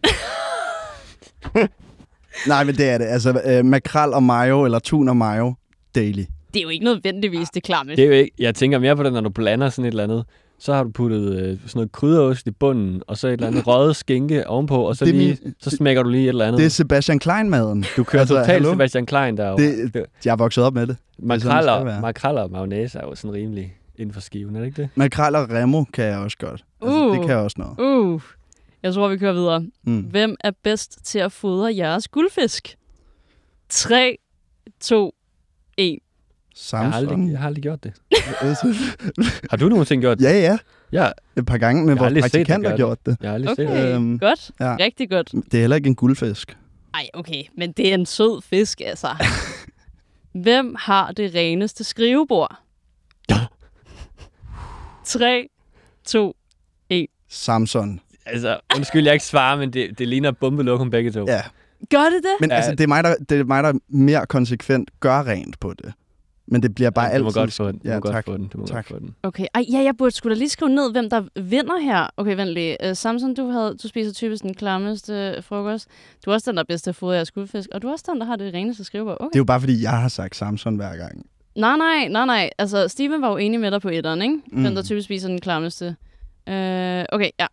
[SPEAKER 1] Nej, men det er det. Altså, øh, makrel og mayo, eller tun og mayo, daily.
[SPEAKER 3] det er jo ikke nødvendigvis det klamme.
[SPEAKER 2] Det er jo ikke, jeg tænker mere på det, når du blander sådan et eller andet. Så har du puttet øh, sådan noget krydderost i bunden, og så et eller andet røget skinke ovenpå, og så,
[SPEAKER 1] Det er
[SPEAKER 2] lige,
[SPEAKER 1] min-
[SPEAKER 2] så smækker du lige et eller andet.
[SPEAKER 1] Det er Sebastian Klein-maden.
[SPEAKER 2] du kører
[SPEAKER 1] altså,
[SPEAKER 2] altså, Mm. totalt
[SPEAKER 1] hallo?
[SPEAKER 2] Sebastian Klein derovre.
[SPEAKER 1] Det- Jeg er vokset op med det. sådan, det skal
[SPEAKER 2] Makreller,
[SPEAKER 1] være.
[SPEAKER 2] makreller og mayonnaise er jo sådan rimelig inden for skiven, er det ikke det?
[SPEAKER 1] Makrel og remo kan jeg også godt. Altså,
[SPEAKER 3] Uh.
[SPEAKER 1] Det kan jeg også noget.
[SPEAKER 3] Uh, jeg tror, vi kører videre.
[SPEAKER 1] Mm.
[SPEAKER 3] Hvem er bedst til at fodre jeres guldfisk? 3, 2, 1.
[SPEAKER 2] Jeg har, aldrig,
[SPEAKER 1] Samsung.
[SPEAKER 2] jeg har aldrig gjort det. Har du nogensinde gjort det?
[SPEAKER 1] ja, ja.
[SPEAKER 2] Jeg,
[SPEAKER 1] Et par gange med
[SPEAKER 2] har aldrig
[SPEAKER 1] vores
[SPEAKER 2] set dig
[SPEAKER 1] praktikant har
[SPEAKER 2] gøre det.
[SPEAKER 1] gjort det.
[SPEAKER 2] jeg har aldrig set det.
[SPEAKER 3] Okay,
[SPEAKER 1] Øhm,
[SPEAKER 3] godt.
[SPEAKER 1] ja.
[SPEAKER 3] Rigtig godt.
[SPEAKER 1] Det er heller ikke en guldfisk.
[SPEAKER 3] Ej, okay, men det er en sød fisk, altså. Hvem har det reneste skrivebord? 3, 2,
[SPEAKER 1] Samson.
[SPEAKER 2] Altså, undskyld, jeg ikke svarer, men det, det ligner bombelokum begge to.
[SPEAKER 1] Ja.
[SPEAKER 3] Gør det det?
[SPEAKER 1] Men ja.
[SPEAKER 2] Ja.
[SPEAKER 1] altså, det er, mig, der, det er mig, der mere konsekvent gør rent på det. Men det bliver bare
[SPEAKER 2] Ej,
[SPEAKER 1] altid...
[SPEAKER 2] du må godt få den. Du
[SPEAKER 1] Ja,
[SPEAKER 2] må godt
[SPEAKER 1] tak.
[SPEAKER 2] få den. Du må
[SPEAKER 1] Tak.
[SPEAKER 2] godt få den.
[SPEAKER 3] Okay, Ej, ja, jeg burde skulle da lige skrive ned, hvem der vinder her. Okay, vent lige. Uh, Samson, du, havde, du spiser typisk den klammeste frokost. Du er også den, der bedste fod af skuldfisk, og du er også den, der har det reneste skrivebord. Okay.
[SPEAKER 1] Det er jo bare, fordi jeg har sagt Samson hver gang.
[SPEAKER 3] Nej, nej, nej, nej. Altså, Steven var jo enig med dig på etteren, ikke? Mm. Hvem der typisk spiser den klammeste. Øh, okay, ja.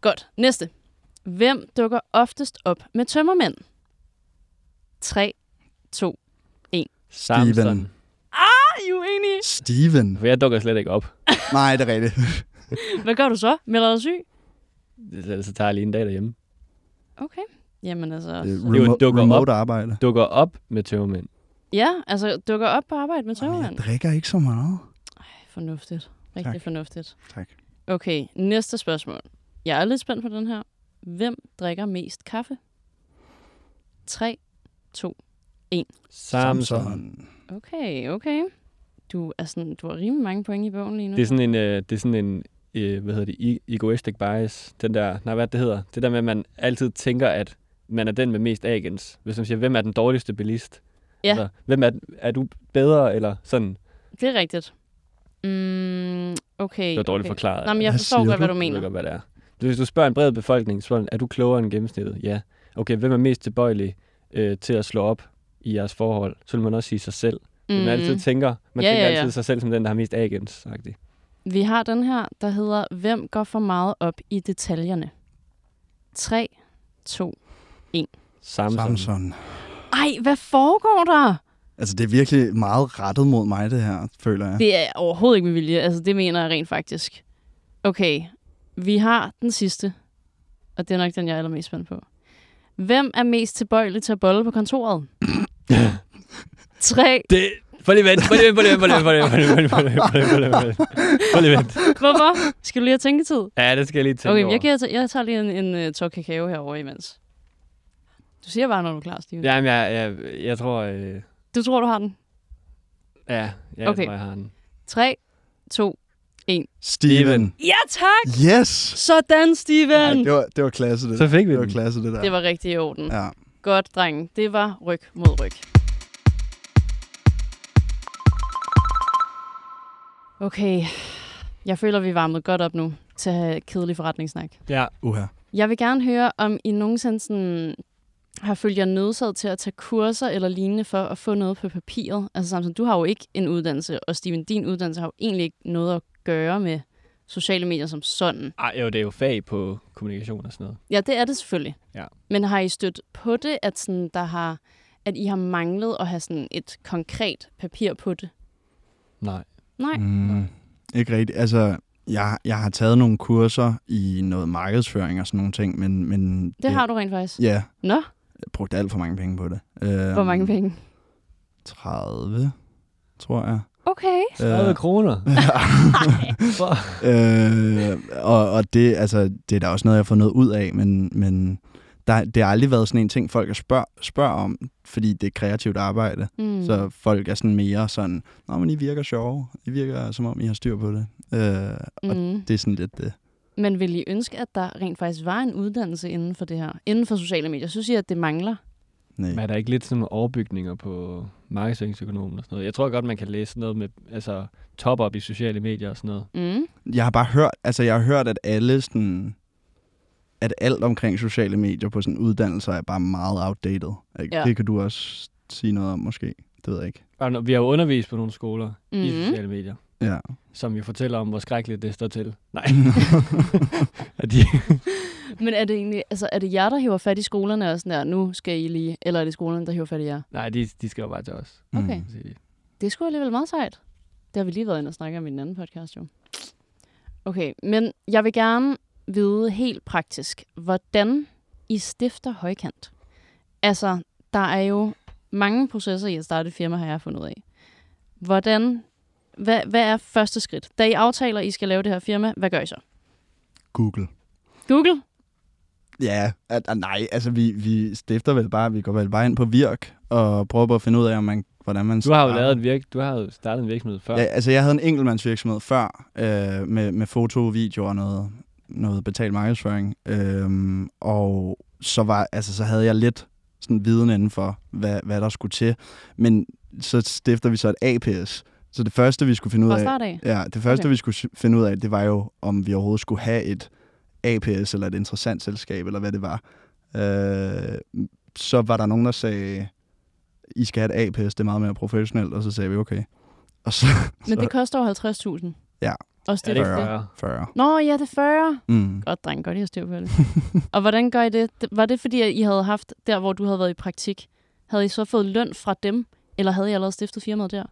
[SPEAKER 3] Godt. Næste. Hvem dukker oftest op med tømmermænd? 3, 2, 1.
[SPEAKER 2] Samson.
[SPEAKER 1] Steven.
[SPEAKER 3] Er I uenige?
[SPEAKER 1] Steven.
[SPEAKER 2] For jeg dukker slet ikke op.
[SPEAKER 1] Nej, det er rigtigt.
[SPEAKER 3] Hvad gør du så? Melder dig syg?
[SPEAKER 2] Så tager jeg lige en dag derhjemme.
[SPEAKER 3] Okay. Jamen
[SPEAKER 1] Det
[SPEAKER 3] altså...
[SPEAKER 1] er
[SPEAKER 2] Jo,
[SPEAKER 1] remo-
[SPEAKER 2] dukker op.
[SPEAKER 1] remote arbejde.
[SPEAKER 2] Dukker op med tømmermænd.
[SPEAKER 3] Ja, altså dukker op på arbejde med
[SPEAKER 1] Jeg
[SPEAKER 3] tømmermænd.
[SPEAKER 1] drikker ikke så meget.
[SPEAKER 3] Fornuftigt. Rigtig
[SPEAKER 1] Tak.
[SPEAKER 3] fornuftigt.
[SPEAKER 1] Tak.
[SPEAKER 3] Okay, næste spørgsmål. Jeg er lidt spændt på den her. Hvem drikker mest kaffe? 3, 2,
[SPEAKER 2] Samson.
[SPEAKER 3] Okay, okay. Du, er sådan, du har rimelig mange point i bogen lige nu.
[SPEAKER 2] Det er sådan en, øh, det er sådan en øh, hvad hedder det, e- egoistic bias. Den der, nej, hvad det hedder. Det der med, at man altid tænker, at man er den med mest agens. Hvis man siger, hvem er den dårligste bilist?
[SPEAKER 3] Ja.
[SPEAKER 2] Altså, hvem er, er du bedre, eller sådan?
[SPEAKER 3] Det er rigtigt. Mm, okay.
[SPEAKER 2] Det var dårligt
[SPEAKER 3] okay.
[SPEAKER 2] forklaret.
[SPEAKER 3] Nå, men jeg
[SPEAKER 1] Hvad
[SPEAKER 3] forstår
[SPEAKER 1] siger
[SPEAKER 3] godt, hvad
[SPEAKER 1] du?
[SPEAKER 3] du
[SPEAKER 2] Jeg ved
[SPEAKER 3] mener.
[SPEAKER 2] godt, hvad det er. Du- Hvis du spørger en bred befolkning, så er den, er du klogere end gennemsnittet? Ja. Okay, hvem er mest tilbøjelig øh, til at slå op i jeres forhold? Så vil man også sige sig selv. Mm. Man altid tænker, man
[SPEAKER 3] Ja,
[SPEAKER 2] tænker
[SPEAKER 3] ja, ja.
[SPEAKER 2] altid sig selv som den, der har mest agens. Sagt
[SPEAKER 3] Vi har den her, der hedder, hvem går for meget op i detaljerne? 3, 2,
[SPEAKER 2] Samson. Samson.
[SPEAKER 1] Samson.
[SPEAKER 3] ej, hvad foregår der?
[SPEAKER 1] Altså, det er virkelig meget rettet mod mig, det her, føler jeg.
[SPEAKER 3] Det er overhovedet ikke med vilje. Altså, det mener jeg rent faktisk. Okay, vi har den sidste. Og det er nok den, jeg er allermest spændt på. Hvem er mest tilbøjelig til at bolle på kontoret? 3.
[SPEAKER 2] Det... Prøv lige vent, prøv lige vent, prøv lige vent, prøv lige vent, prøv lige vent, prøv lige vent, prøv lige vent, prøv lige vent, prøv lige vent.
[SPEAKER 3] Hvorfor? Skal du lige have tænketid?
[SPEAKER 2] Ja, det skal jeg lige tænke
[SPEAKER 3] Okay, men
[SPEAKER 2] over.
[SPEAKER 3] jeg, giver, jeg tager lige en, en uh, tår kakao herovre imens. Du siger bare, når du er klar, Steven.
[SPEAKER 2] Jamen, jeg, jeg, jeg tror... Øh,
[SPEAKER 3] Du tror, du har den.
[SPEAKER 2] ja, jeg okay.
[SPEAKER 3] Okay.
[SPEAKER 2] tror, jeg har den.
[SPEAKER 3] 3, 2,
[SPEAKER 1] Steven.
[SPEAKER 3] ja tak!
[SPEAKER 1] Yes!
[SPEAKER 3] Sådan,
[SPEAKER 1] Ej,
[SPEAKER 3] Steven!
[SPEAKER 1] det, var, det var klasse, det.
[SPEAKER 2] Så fik vi
[SPEAKER 1] det var
[SPEAKER 2] den.
[SPEAKER 1] klasse, det der.
[SPEAKER 3] Det var rigtig i orden.
[SPEAKER 1] Ja.
[SPEAKER 3] Godt, drenge. Det var ryg mod ryg. Okay, jeg føler, vi varmede godt op nu til at have kedelig forretningssnak.
[SPEAKER 2] Ja.
[SPEAKER 1] Uha.
[SPEAKER 3] Jeg vil gerne høre, om I nogensinde sådan har følt jer nødsaget til at tage kurser eller lignende for at få noget på papiret. Altså Samson, du har jo ikke en uddannelse, og Steven, din uddannelse har jo egentlig ikke noget at gøre med sociale medier som sådan.
[SPEAKER 2] Ej, jo, det er jo fag på kommunikation og sådan noget.
[SPEAKER 3] Ja, det er det selvfølgelig.
[SPEAKER 2] Ja.
[SPEAKER 3] Men har I stødt på det, at, sådan, der har, at I har manglet at have sådan et konkret papir på det?
[SPEAKER 2] Nej.
[SPEAKER 3] Nej. Mm.
[SPEAKER 1] Mm, ikke rigtigt. Altså, jeg, jeg har taget nogle kurser i noget markedsføring og sådan nogle ting, men... men
[SPEAKER 3] Det har du rent faktisk. Øhm.
[SPEAKER 1] Ja,
[SPEAKER 3] Nå,
[SPEAKER 1] jeg brugte alt for mange penge på det. Øh,
[SPEAKER 3] hvor mange penge?
[SPEAKER 1] 30, tror jeg.
[SPEAKER 3] Okay.
[SPEAKER 2] 30 kroner.
[SPEAKER 1] øh, og, og det, altså, det er da også noget, jeg har fået noget ud af, men, men der, det har aldrig været sådan en ting, folk spørger, spørger om, fordi det er kreativt arbejde.
[SPEAKER 3] Mm.
[SPEAKER 1] Mm. Så folk er sådan mere sådan, Nå, men I virker sjove. I virker, som om I har styr på det. Øh, og
[SPEAKER 3] Mm.
[SPEAKER 1] det er sådan lidt det.
[SPEAKER 3] Men vil I ønske, at der rent faktisk var en uddannelse inden for det her? Inden for sociale medier? Synes I, at det mangler?
[SPEAKER 2] Men
[SPEAKER 1] Nej.
[SPEAKER 2] er der ikke lidt sådan nogle overbygninger på markedsføringsøkonomen og sådan noget? Jeg tror godt, man kan læse sådan noget med altså, top-up i sociale medier og sådan noget.
[SPEAKER 3] Mm.
[SPEAKER 1] Jeg har bare hørt, altså jeg har hørt, at alle sådan, at alt omkring sociale medier på sådan uddannelser er bare meget outdated. Ikke?
[SPEAKER 3] Ja.
[SPEAKER 1] Ja. Det kan du også sige noget om måske. Det ved jeg ikke.
[SPEAKER 2] Bare når- Vi har jo undervist på nogle skoler mm. i
[SPEAKER 3] Mm.
[SPEAKER 2] sociale medier,
[SPEAKER 1] Ja.
[SPEAKER 2] som jo fortæller om, hvor skrækkeligt det står til. Nej. er de...
[SPEAKER 3] Men er det egentlig, altså er det jer, der hiver fat i skolerne og sådan der, nu skal I lige, eller er det skolerne, der hiver fat i jer?
[SPEAKER 2] Nej, de, de skal jo bare til os.
[SPEAKER 1] Mm.
[SPEAKER 3] Okay.
[SPEAKER 2] kan man sige.
[SPEAKER 3] Det skulle alligevel meget sejt. Det har vi lige været inde og snakke om i den anden podcast jo. Okay, men jeg vil gerne vide helt praktisk, hvordan I stifter højkant. Altså, der er jo mange processer i at starte et firma, har jeg fundet ud af. Hvordan, hvad, hvad er første skridt? Da I aftaler, I skal lave det her firma, hvad gør I så?
[SPEAKER 1] Google.
[SPEAKER 3] Google?
[SPEAKER 1] Ja, at, at nej, altså vi, vi stifter vel bare, vi går vel bare ind på Virk og prøver på at finde ud af, om man, hvordan man
[SPEAKER 2] Du har jo
[SPEAKER 1] starter.
[SPEAKER 2] lavet en virk, du har jo startet en virksomhed før.
[SPEAKER 1] Ja, altså jeg havde en enkeltmandsvirksomhed før øh, med, med foto, video og noget, noget betalt markedsføring. Øhm, og så, var, altså, så havde jeg lidt sådan viden inden for, hvad, hvad der skulle til. Men så stifter vi så et APS. Så det første, vi skulle finde ud
[SPEAKER 3] Fra
[SPEAKER 1] af...
[SPEAKER 3] start af?
[SPEAKER 1] Ja, det første,
[SPEAKER 3] Okay.
[SPEAKER 1] okay. vi skulle sy- finde ud af, det var jo, om vi overhovedet skulle have et APS, eller et interessant selskab, eller hvad det var. Øh, så var der nogen, der sagde, I skal have et APS, det er meget mere professionelt, og så sagde vi, okay. Og så,
[SPEAKER 3] Men
[SPEAKER 1] så
[SPEAKER 3] det koster jo 50.000.
[SPEAKER 1] Ja.
[SPEAKER 3] Også
[SPEAKER 2] er
[SPEAKER 3] det,
[SPEAKER 2] det ikke
[SPEAKER 3] der-
[SPEAKER 2] 40?
[SPEAKER 1] 40.
[SPEAKER 3] Nå, ja, det er 40.
[SPEAKER 1] Mm.
[SPEAKER 3] Godt, dreng. Godt, I har styr på det. og hvordan gør I det? Det- Var det, fordi at I havde haft, der hvor du havde været i praktik, havde I så fået løn fra dem, eller havde I allerede stiftet firmaet der?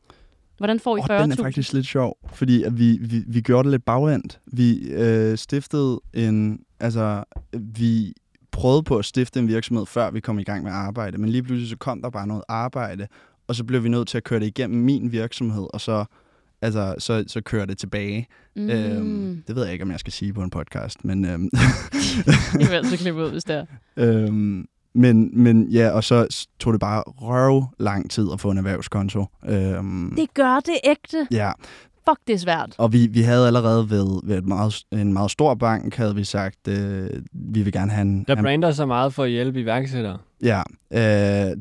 [SPEAKER 3] Hvordan får I
[SPEAKER 1] Oh,
[SPEAKER 3] 40.000?
[SPEAKER 1] den er faktisk lidt sjov, fordi at vi, vi, vi gjorde det lidt bagvendt. Vi øh, stiftede en... Altså, vi prøvede på at stifte en virksomhed, før vi kom i gang med arbejde, men lige pludselig så kom der bare noget arbejde, og så blev vi nødt til at køre det igennem min virksomhed, og så, altså, så, så køre det tilbage.
[SPEAKER 3] Mm.
[SPEAKER 1] Mm. Øhm, det ved jeg ikke, om jeg skal sige på en podcast, men... Øhm,
[SPEAKER 3] I vil altså klippe ud, hvis det er.
[SPEAKER 1] Øhm, men, men ja, og så s- tog det bare røv lang tid at få en erhvervskonto. Øhm,
[SPEAKER 3] Det gør det ægte.
[SPEAKER 1] Ja,
[SPEAKER 3] Fuck, det er svært.
[SPEAKER 1] og vi, vi havde allerede ved, ved et meget, en meget stor bank, havde vi sagt, øh, vi vil gerne have en...
[SPEAKER 2] Der
[SPEAKER 1] have-
[SPEAKER 2] brander så meget for at hjælpe iværksættere.
[SPEAKER 1] Ja, øh,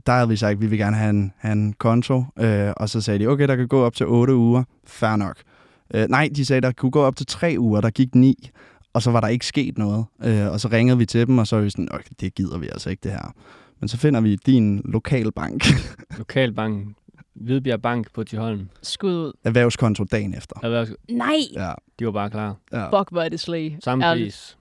[SPEAKER 1] der havde vi sagt, vi vil gerne have en, have en konto, øh, og så sagde de, okay, der kan gå op til 8 uger, fair nok. Øh, nej, de sagde, der kunne gå op til 3 uger, der gik 9, og så var der ikke sket noget. Øh, og så ringede vi til dem, og så var vi sådan, okay, det gider vi altså ikke det her. Men så finder vi din lokalbank,
[SPEAKER 2] Lokalbanken. Hvidbjerg Bank på Tiholm.
[SPEAKER 3] Skud ud.
[SPEAKER 1] erhvervskonto dagen efter.
[SPEAKER 2] Erhvervs-
[SPEAKER 3] Nej!
[SPEAKER 1] Ja,
[SPEAKER 2] De var bare klar.
[SPEAKER 1] ja.
[SPEAKER 3] Fuck, hvor er det slag.
[SPEAKER 2] Samme
[SPEAKER 3] Ærligt.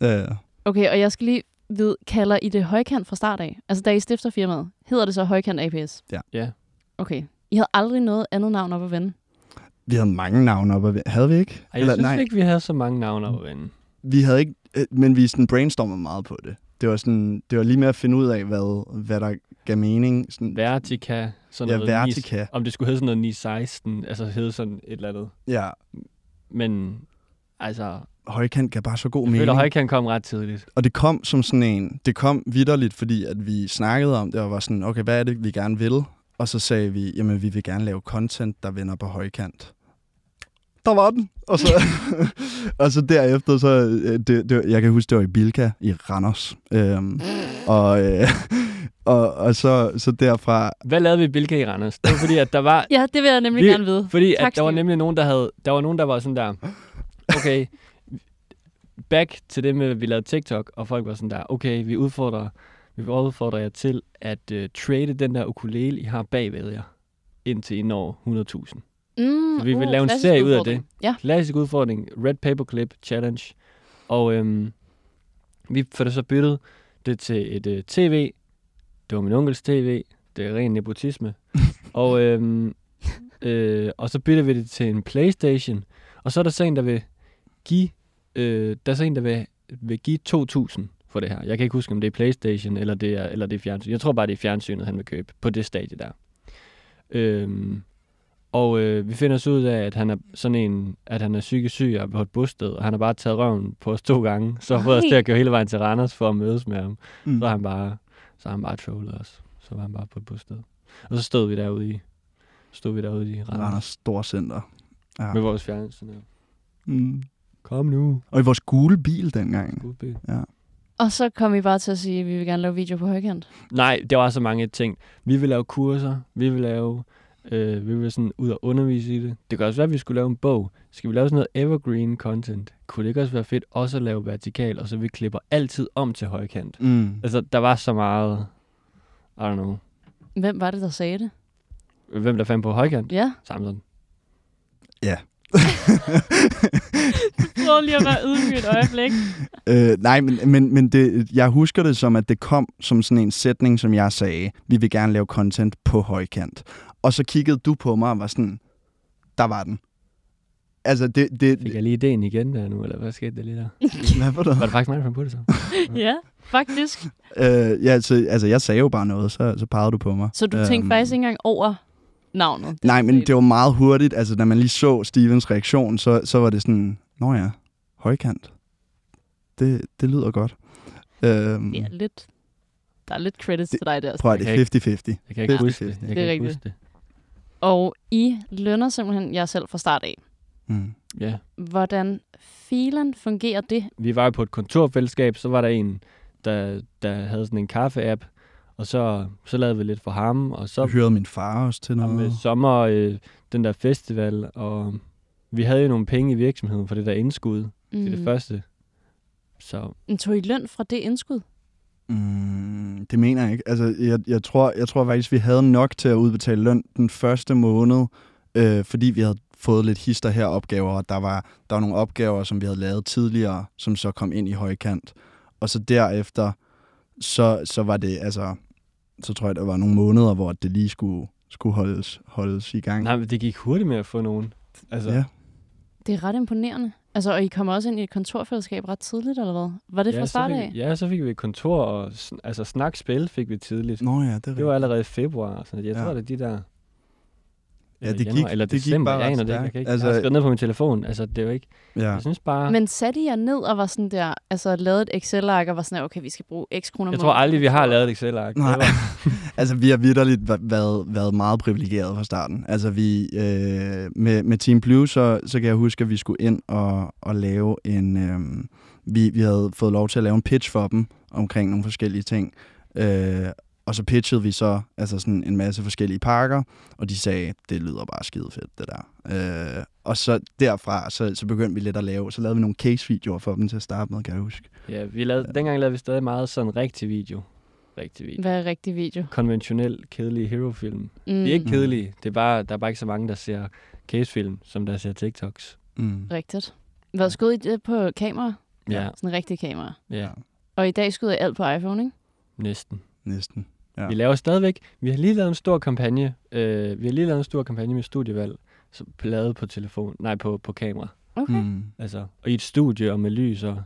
[SPEAKER 2] pris.
[SPEAKER 1] Øh,
[SPEAKER 3] Okay, og jeg skal lige vide, kalder I det højkant fra start af? Altså, da I stifter firmaet, hedder det så højkant APS?
[SPEAKER 1] Ja.
[SPEAKER 2] Ja.
[SPEAKER 3] Okay. I havde aldrig noget andet navn op at vende?
[SPEAKER 1] vi havde mange navne op, ad- havde vi ikke?
[SPEAKER 2] Ej, jeg synes nej. ikke, vi havde så mange navne op at vende.
[SPEAKER 1] vi havde ikke, øh, men vi sådan brainstormede meget på det. Det var, sådan, det var lige med at finde ud af, hvad, hvad der gav mening. Sådan,
[SPEAKER 2] Vertica. Sådan
[SPEAKER 1] Ja,
[SPEAKER 2] noget
[SPEAKER 1] Vertica.
[SPEAKER 2] Ni, om det skulle hedde sådan noget 916, altså hedde sådan et eller andet.
[SPEAKER 1] ja,
[SPEAKER 2] Men altså,
[SPEAKER 1] højkant gav bare så god
[SPEAKER 2] jeg føler,
[SPEAKER 1] mening.
[SPEAKER 2] højkant kom ret tidligt.
[SPEAKER 1] Og det kom som sådan en, det kom vidderligt, fordi at vi snakkede om det, og var sådan, okay, hvad er det, vi gerne vil? Og så sagde vi, jamen vi vil gerne lave content, der vender på højkant. Der var den. Og så, og så derefter, så, øh, det, det, var- jeg kan huske, det var i Bilka i Randers. Øhm, og, øh, og, og så, så derfra,
[SPEAKER 2] Hvad lavede vi i Bilka i Randers? Det var fordi, at der var...
[SPEAKER 3] Ja, det vil jeg nemlig
[SPEAKER 2] Vi-
[SPEAKER 3] gerne vide.
[SPEAKER 2] Fordi
[SPEAKER 3] Tak,
[SPEAKER 2] at der var
[SPEAKER 3] Stine.
[SPEAKER 2] nemlig nogen, der havde... Der var nogen, der var sådan der... Okay, back til det med, at vi lavede TikTok, og folk var sådan der, okay, vi udfordrer, vi udfordrer jer til at uh, trade den der ukulele, I har bagved jer, indtil I når 100.000.
[SPEAKER 3] Mm,
[SPEAKER 2] Så vi vil
[SPEAKER 3] uh,
[SPEAKER 2] lave en
[SPEAKER 3] klassisk
[SPEAKER 2] serie ud af
[SPEAKER 3] udfordring. Ja,
[SPEAKER 2] Klassisk udfordring, Red Paperclip Challenge. Og øhm, vi får det så byttet det til et øh, tv. Det var min onkels tv. Det er ren nepotisme. og, øhm, øh, og så bytter vi det til en Playstation. Og så er der så en, der vil give, øh, der er så en, der vil, vil give 2.000 for det her. Jeg kan ikke huske, om det er Playstation eller det er, eller det er fjernsyn. Jeg tror bare, det er fjernsynet, han vil købe på det stadie der. Øhm, og øh, vi finder så ud af, at han er sådan en, at han er psykisk syg og er på et bosted, og han har bare taget røven på os to gange, så har fået os
[SPEAKER 3] Ej.
[SPEAKER 2] til at køre hele vejen til Randers for at mødes med ham.
[SPEAKER 1] Mm.
[SPEAKER 2] Mm. Så har han bare, så har han bare trollet os. Så var han bare på et bosted. Og så stod vi derude i, stod vi derude i Randers,
[SPEAKER 1] Randers Storcenter. Ja.
[SPEAKER 2] med vores fjernsyn. her.
[SPEAKER 1] Mm.
[SPEAKER 2] Kom nu,
[SPEAKER 1] Og i vores gule bil dengang.
[SPEAKER 2] god bil.
[SPEAKER 3] og så kom vi bare til at sige, at vi vil gerne lave video på højkant.
[SPEAKER 2] Nej, der var så mange ting. Vi vil lave kurser, vi vil lave, øh, vi vil sådan ud og undervise i det. Det kan også være, at vi skulle lave en bog. Skal vi lave sådan noget evergreen content? Kunne det ikke også være fedt også at lave vertikal, og så vi klipper altid om til højkant?
[SPEAKER 1] Mm.
[SPEAKER 2] Altså, der var så meget, I don't know,
[SPEAKER 3] Hvem var det, der sagde det?
[SPEAKER 2] hvem der fandt på højkant?
[SPEAKER 3] Ja.
[SPEAKER 2] Samson.
[SPEAKER 3] Prøv lige at være ydmyg et øjeblik.
[SPEAKER 1] Øh, nej, men, men, men det, jeg husker det som, at det kom som sådan en sætning, som jeg sagde, vi vil gerne lave content på højkant. Og så kiggede du på mig og var sådan, der var den. Altså, det... det
[SPEAKER 2] Fik jeg lige idéen igen der nu, eller hvad skete der lige der?
[SPEAKER 1] hvad for
[SPEAKER 2] Var
[SPEAKER 1] noget?
[SPEAKER 2] det faktisk mig, der fandt på det så?
[SPEAKER 3] ja, faktisk.
[SPEAKER 1] Øh, ja, så, altså, jeg sagde jo bare noget, så, så pegede du på mig.
[SPEAKER 3] Så du tænkte
[SPEAKER 1] Øhm,
[SPEAKER 3] faktisk ikke engang over, navnet.
[SPEAKER 1] Nej, men det var meget hurtigt. Altså, da man lige så Stevens reaktion, så, så var det sådan, Nå ja, højkant. Det, det lyder godt. Øhm,
[SPEAKER 3] Ja, lidt. Der er lidt credits til dig der.
[SPEAKER 1] Prøv at
[SPEAKER 2] Jeg
[SPEAKER 1] det
[SPEAKER 2] kan ikke-
[SPEAKER 1] er 50-50.
[SPEAKER 2] Jeg kan ikke
[SPEAKER 1] Fifty
[SPEAKER 2] huske det.
[SPEAKER 1] fifty.
[SPEAKER 2] Jeg
[SPEAKER 3] Det
[SPEAKER 2] kan
[SPEAKER 3] er
[SPEAKER 2] ikke
[SPEAKER 3] rigtigt.
[SPEAKER 2] huske det.
[SPEAKER 3] Og I lønner simpelthen jer selv fra start af.
[SPEAKER 1] Mm.
[SPEAKER 2] Ja.
[SPEAKER 3] Hvordan filen fungerer det?
[SPEAKER 2] Vi var jo på et kontorfællesskab, så var der en, der, der havde sådan en kaffe-app, og så, så lavede vi lidt for ham, og så
[SPEAKER 1] Jeg hørte min far også til
[SPEAKER 2] Og med
[SPEAKER 1] noget.
[SPEAKER 2] sommer, øh, den der festival, og vi havde jo nogle penge i virksomheden for det der indskud mm. til det første. Så
[SPEAKER 3] Men Tog I løn fra det indskud?
[SPEAKER 1] Mm, det mener jeg ikke. Altså, jeg, jeg, tror, jeg tror faktisk, vi havde nok til at udbetale løn den første måned, øh, fordi vi havde fået lidt hister her opgaver, og der var, der var nogle opgaver, som vi havde lavet tidligere, som så kom ind i højkant. Og så derefter, så, så var det, altså, så tror jeg, der var nogle måneder, hvor det lige skulle, skulle holdes, holdes i gang.
[SPEAKER 2] nej, men det gik hurtigt med at få nogen. Altså,
[SPEAKER 1] Ja.
[SPEAKER 2] ja,
[SPEAKER 3] Det er ret imponerende. Altså, og I kommer også ind i et kontorfællesskab ret tidligt, eller hvad? Var det ja, fra
[SPEAKER 2] så
[SPEAKER 3] start
[SPEAKER 2] fik,
[SPEAKER 3] af?
[SPEAKER 2] vi- ja, så fik vi et kontor, og sn- altså snakspil fik vi tidligt.
[SPEAKER 1] Nå ja, det, er
[SPEAKER 2] Det var allerede i februar. og Sådan. noget. Jeg
[SPEAKER 1] Ja.
[SPEAKER 2] tror, det er de der...
[SPEAKER 1] Ja,
[SPEAKER 2] eller
[SPEAKER 1] det
[SPEAKER 2] januar,
[SPEAKER 1] gik-
[SPEAKER 2] eller
[SPEAKER 1] det gik
[SPEAKER 2] december,
[SPEAKER 1] bare
[SPEAKER 2] jeg
[SPEAKER 1] ret
[SPEAKER 2] aner det ikke. Jeg,
[SPEAKER 1] stærkt.
[SPEAKER 2] kan ikke.
[SPEAKER 1] Altså-
[SPEAKER 2] jeg har skrevet ned på min telefon. Altså, det er jo ikke...
[SPEAKER 1] rigtigt. Ja.
[SPEAKER 2] Jeg synes bare...
[SPEAKER 3] Men satte I jer ned og var sådan der, altså lavede et Excel-ark og var sådan der, okay, vi skal bruge x kroner om
[SPEAKER 2] jeg tror
[SPEAKER 3] måneden.
[SPEAKER 2] aldrig, vi har lavet et Excel-ark.
[SPEAKER 1] Nej.
[SPEAKER 2] Det var-
[SPEAKER 1] Altså, vi har vidderligt væ- været, været meget privilegeret fra starten. Altså, vi, øh, med, med Team Blue, så, så kan jeg huske, at vi skulle ind og, og lave en... Øh, vi, vi havde fået lov til at lave en pitch for dem omkring nogle forskellige ting. Øh, og så pitchede vi så altså sådan en masse forskellige pakker, og de sagde, det lyder bare skide fedt, det der. Øh, og så derfra, så, så begyndte vi lidt at lave, så lavede vi nogle case-videoer for dem til at starte med, kan jeg huske.
[SPEAKER 2] Ja, vi lavede, dengang lavede vi stadig meget sådan rigtig video. Rigtig video.
[SPEAKER 3] Hvad er rigtig video?
[SPEAKER 2] Konventionel, kedelig hero-film.
[SPEAKER 3] Mm,
[SPEAKER 2] De er ikke
[SPEAKER 1] Mm.
[SPEAKER 2] kedelige. Det er bare, der er bare ikke så mange, der ser casefilm, som der ser TikToks.
[SPEAKER 1] Mm.
[SPEAKER 3] Rigtigt. Hvad skød I det på kamera?
[SPEAKER 2] Ja,
[SPEAKER 3] Sådan en rigtig kamera.
[SPEAKER 2] ja,
[SPEAKER 3] Og i dag skyder I alt på iPhone, ikke?
[SPEAKER 2] næsten.
[SPEAKER 1] Næsten. Ja.
[SPEAKER 2] Ja. Vi laver stadigvæk... Vi har lige lavet en stor kampagne. Øh, vi har lige lavet en stor kampagne med studievalg, som blev lavet på telefon. Nej, på, på kamera.
[SPEAKER 3] Okay.
[SPEAKER 1] Mm.
[SPEAKER 2] Altså, og i et studie og med lys, og,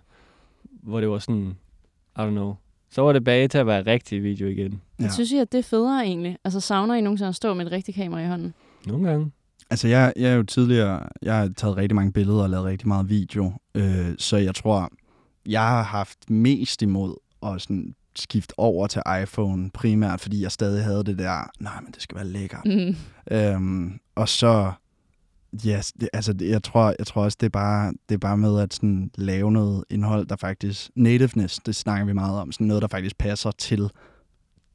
[SPEAKER 2] hvor det var sådan... I don't know. Så var det bage til at være rigtig video igen.
[SPEAKER 3] Men
[SPEAKER 1] Ja.
[SPEAKER 3] synes I, at det er federe egentlig? Altså savner I nogensinde at stå med et rigtigt kamera i hånden?
[SPEAKER 2] Nogle gange.
[SPEAKER 1] Altså, jeg, jeg er jo tidligere, jeg har taget rigtig mange billeder og lavet rigtig meget video, øh, så jeg tror, jeg har haft mest imod at sådan skifte over til iPhone primært, fordi jeg stadig havde det der, nej, men det skal være lækkert.
[SPEAKER 3] Mm.
[SPEAKER 1] Øhm, og så, ja, yes, det, altså, det, jeg, tror, jeg tror også, det er bare, det er bare med at sådan, lave noget indhold, der faktisk, nativeness, det snakker vi meget om, sådan noget, der faktisk passer til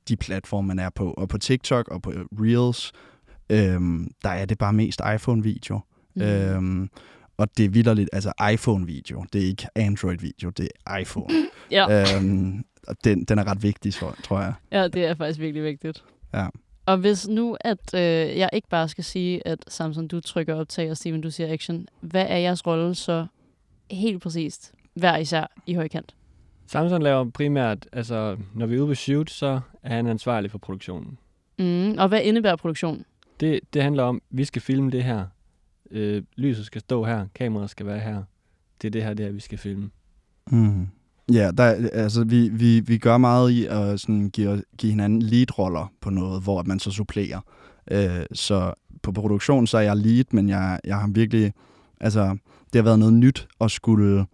[SPEAKER 1] de platforme, man er på. Og på TikTok og på Reels, øhm, der er det bare mest iPhone-video. Mm. Øhm, og det er vidderligt, altså iPhone-video, det er ikke Android-video, det er iPhone.
[SPEAKER 3] Ja.
[SPEAKER 1] øhm, og den, den er ret vigtig, tror, tror jeg.
[SPEAKER 3] Ja, det er faktisk virkelig vigtigt.
[SPEAKER 1] Ja.
[SPEAKER 3] Og hvis nu, at øh, jeg ikke bare skal sige, at Samson, du trykker optag, og Steven, du siger action, hvad er jeres rolle så helt præcist, hver især i højkant?
[SPEAKER 2] Samson laver primært... Altså, når vi er ude på shoot, så er han ansvarlig for produktionen.
[SPEAKER 3] Mm, og hvad indebærer produktion?
[SPEAKER 2] Det, det handler om, vi skal filme det her. Øh, lyset skal stå her. Kameraet skal være her. Det er det her, det her, vi skal filme.
[SPEAKER 1] Mm. Ja, der, altså, vi, vi, vi gør meget i at sådan, give, give hinanden lead-roller på noget, hvor at man så supplerer. Øh, så på produktion, så er jeg lead, men jeg, jeg har virkelig... Altså, det har været noget nyt at skulle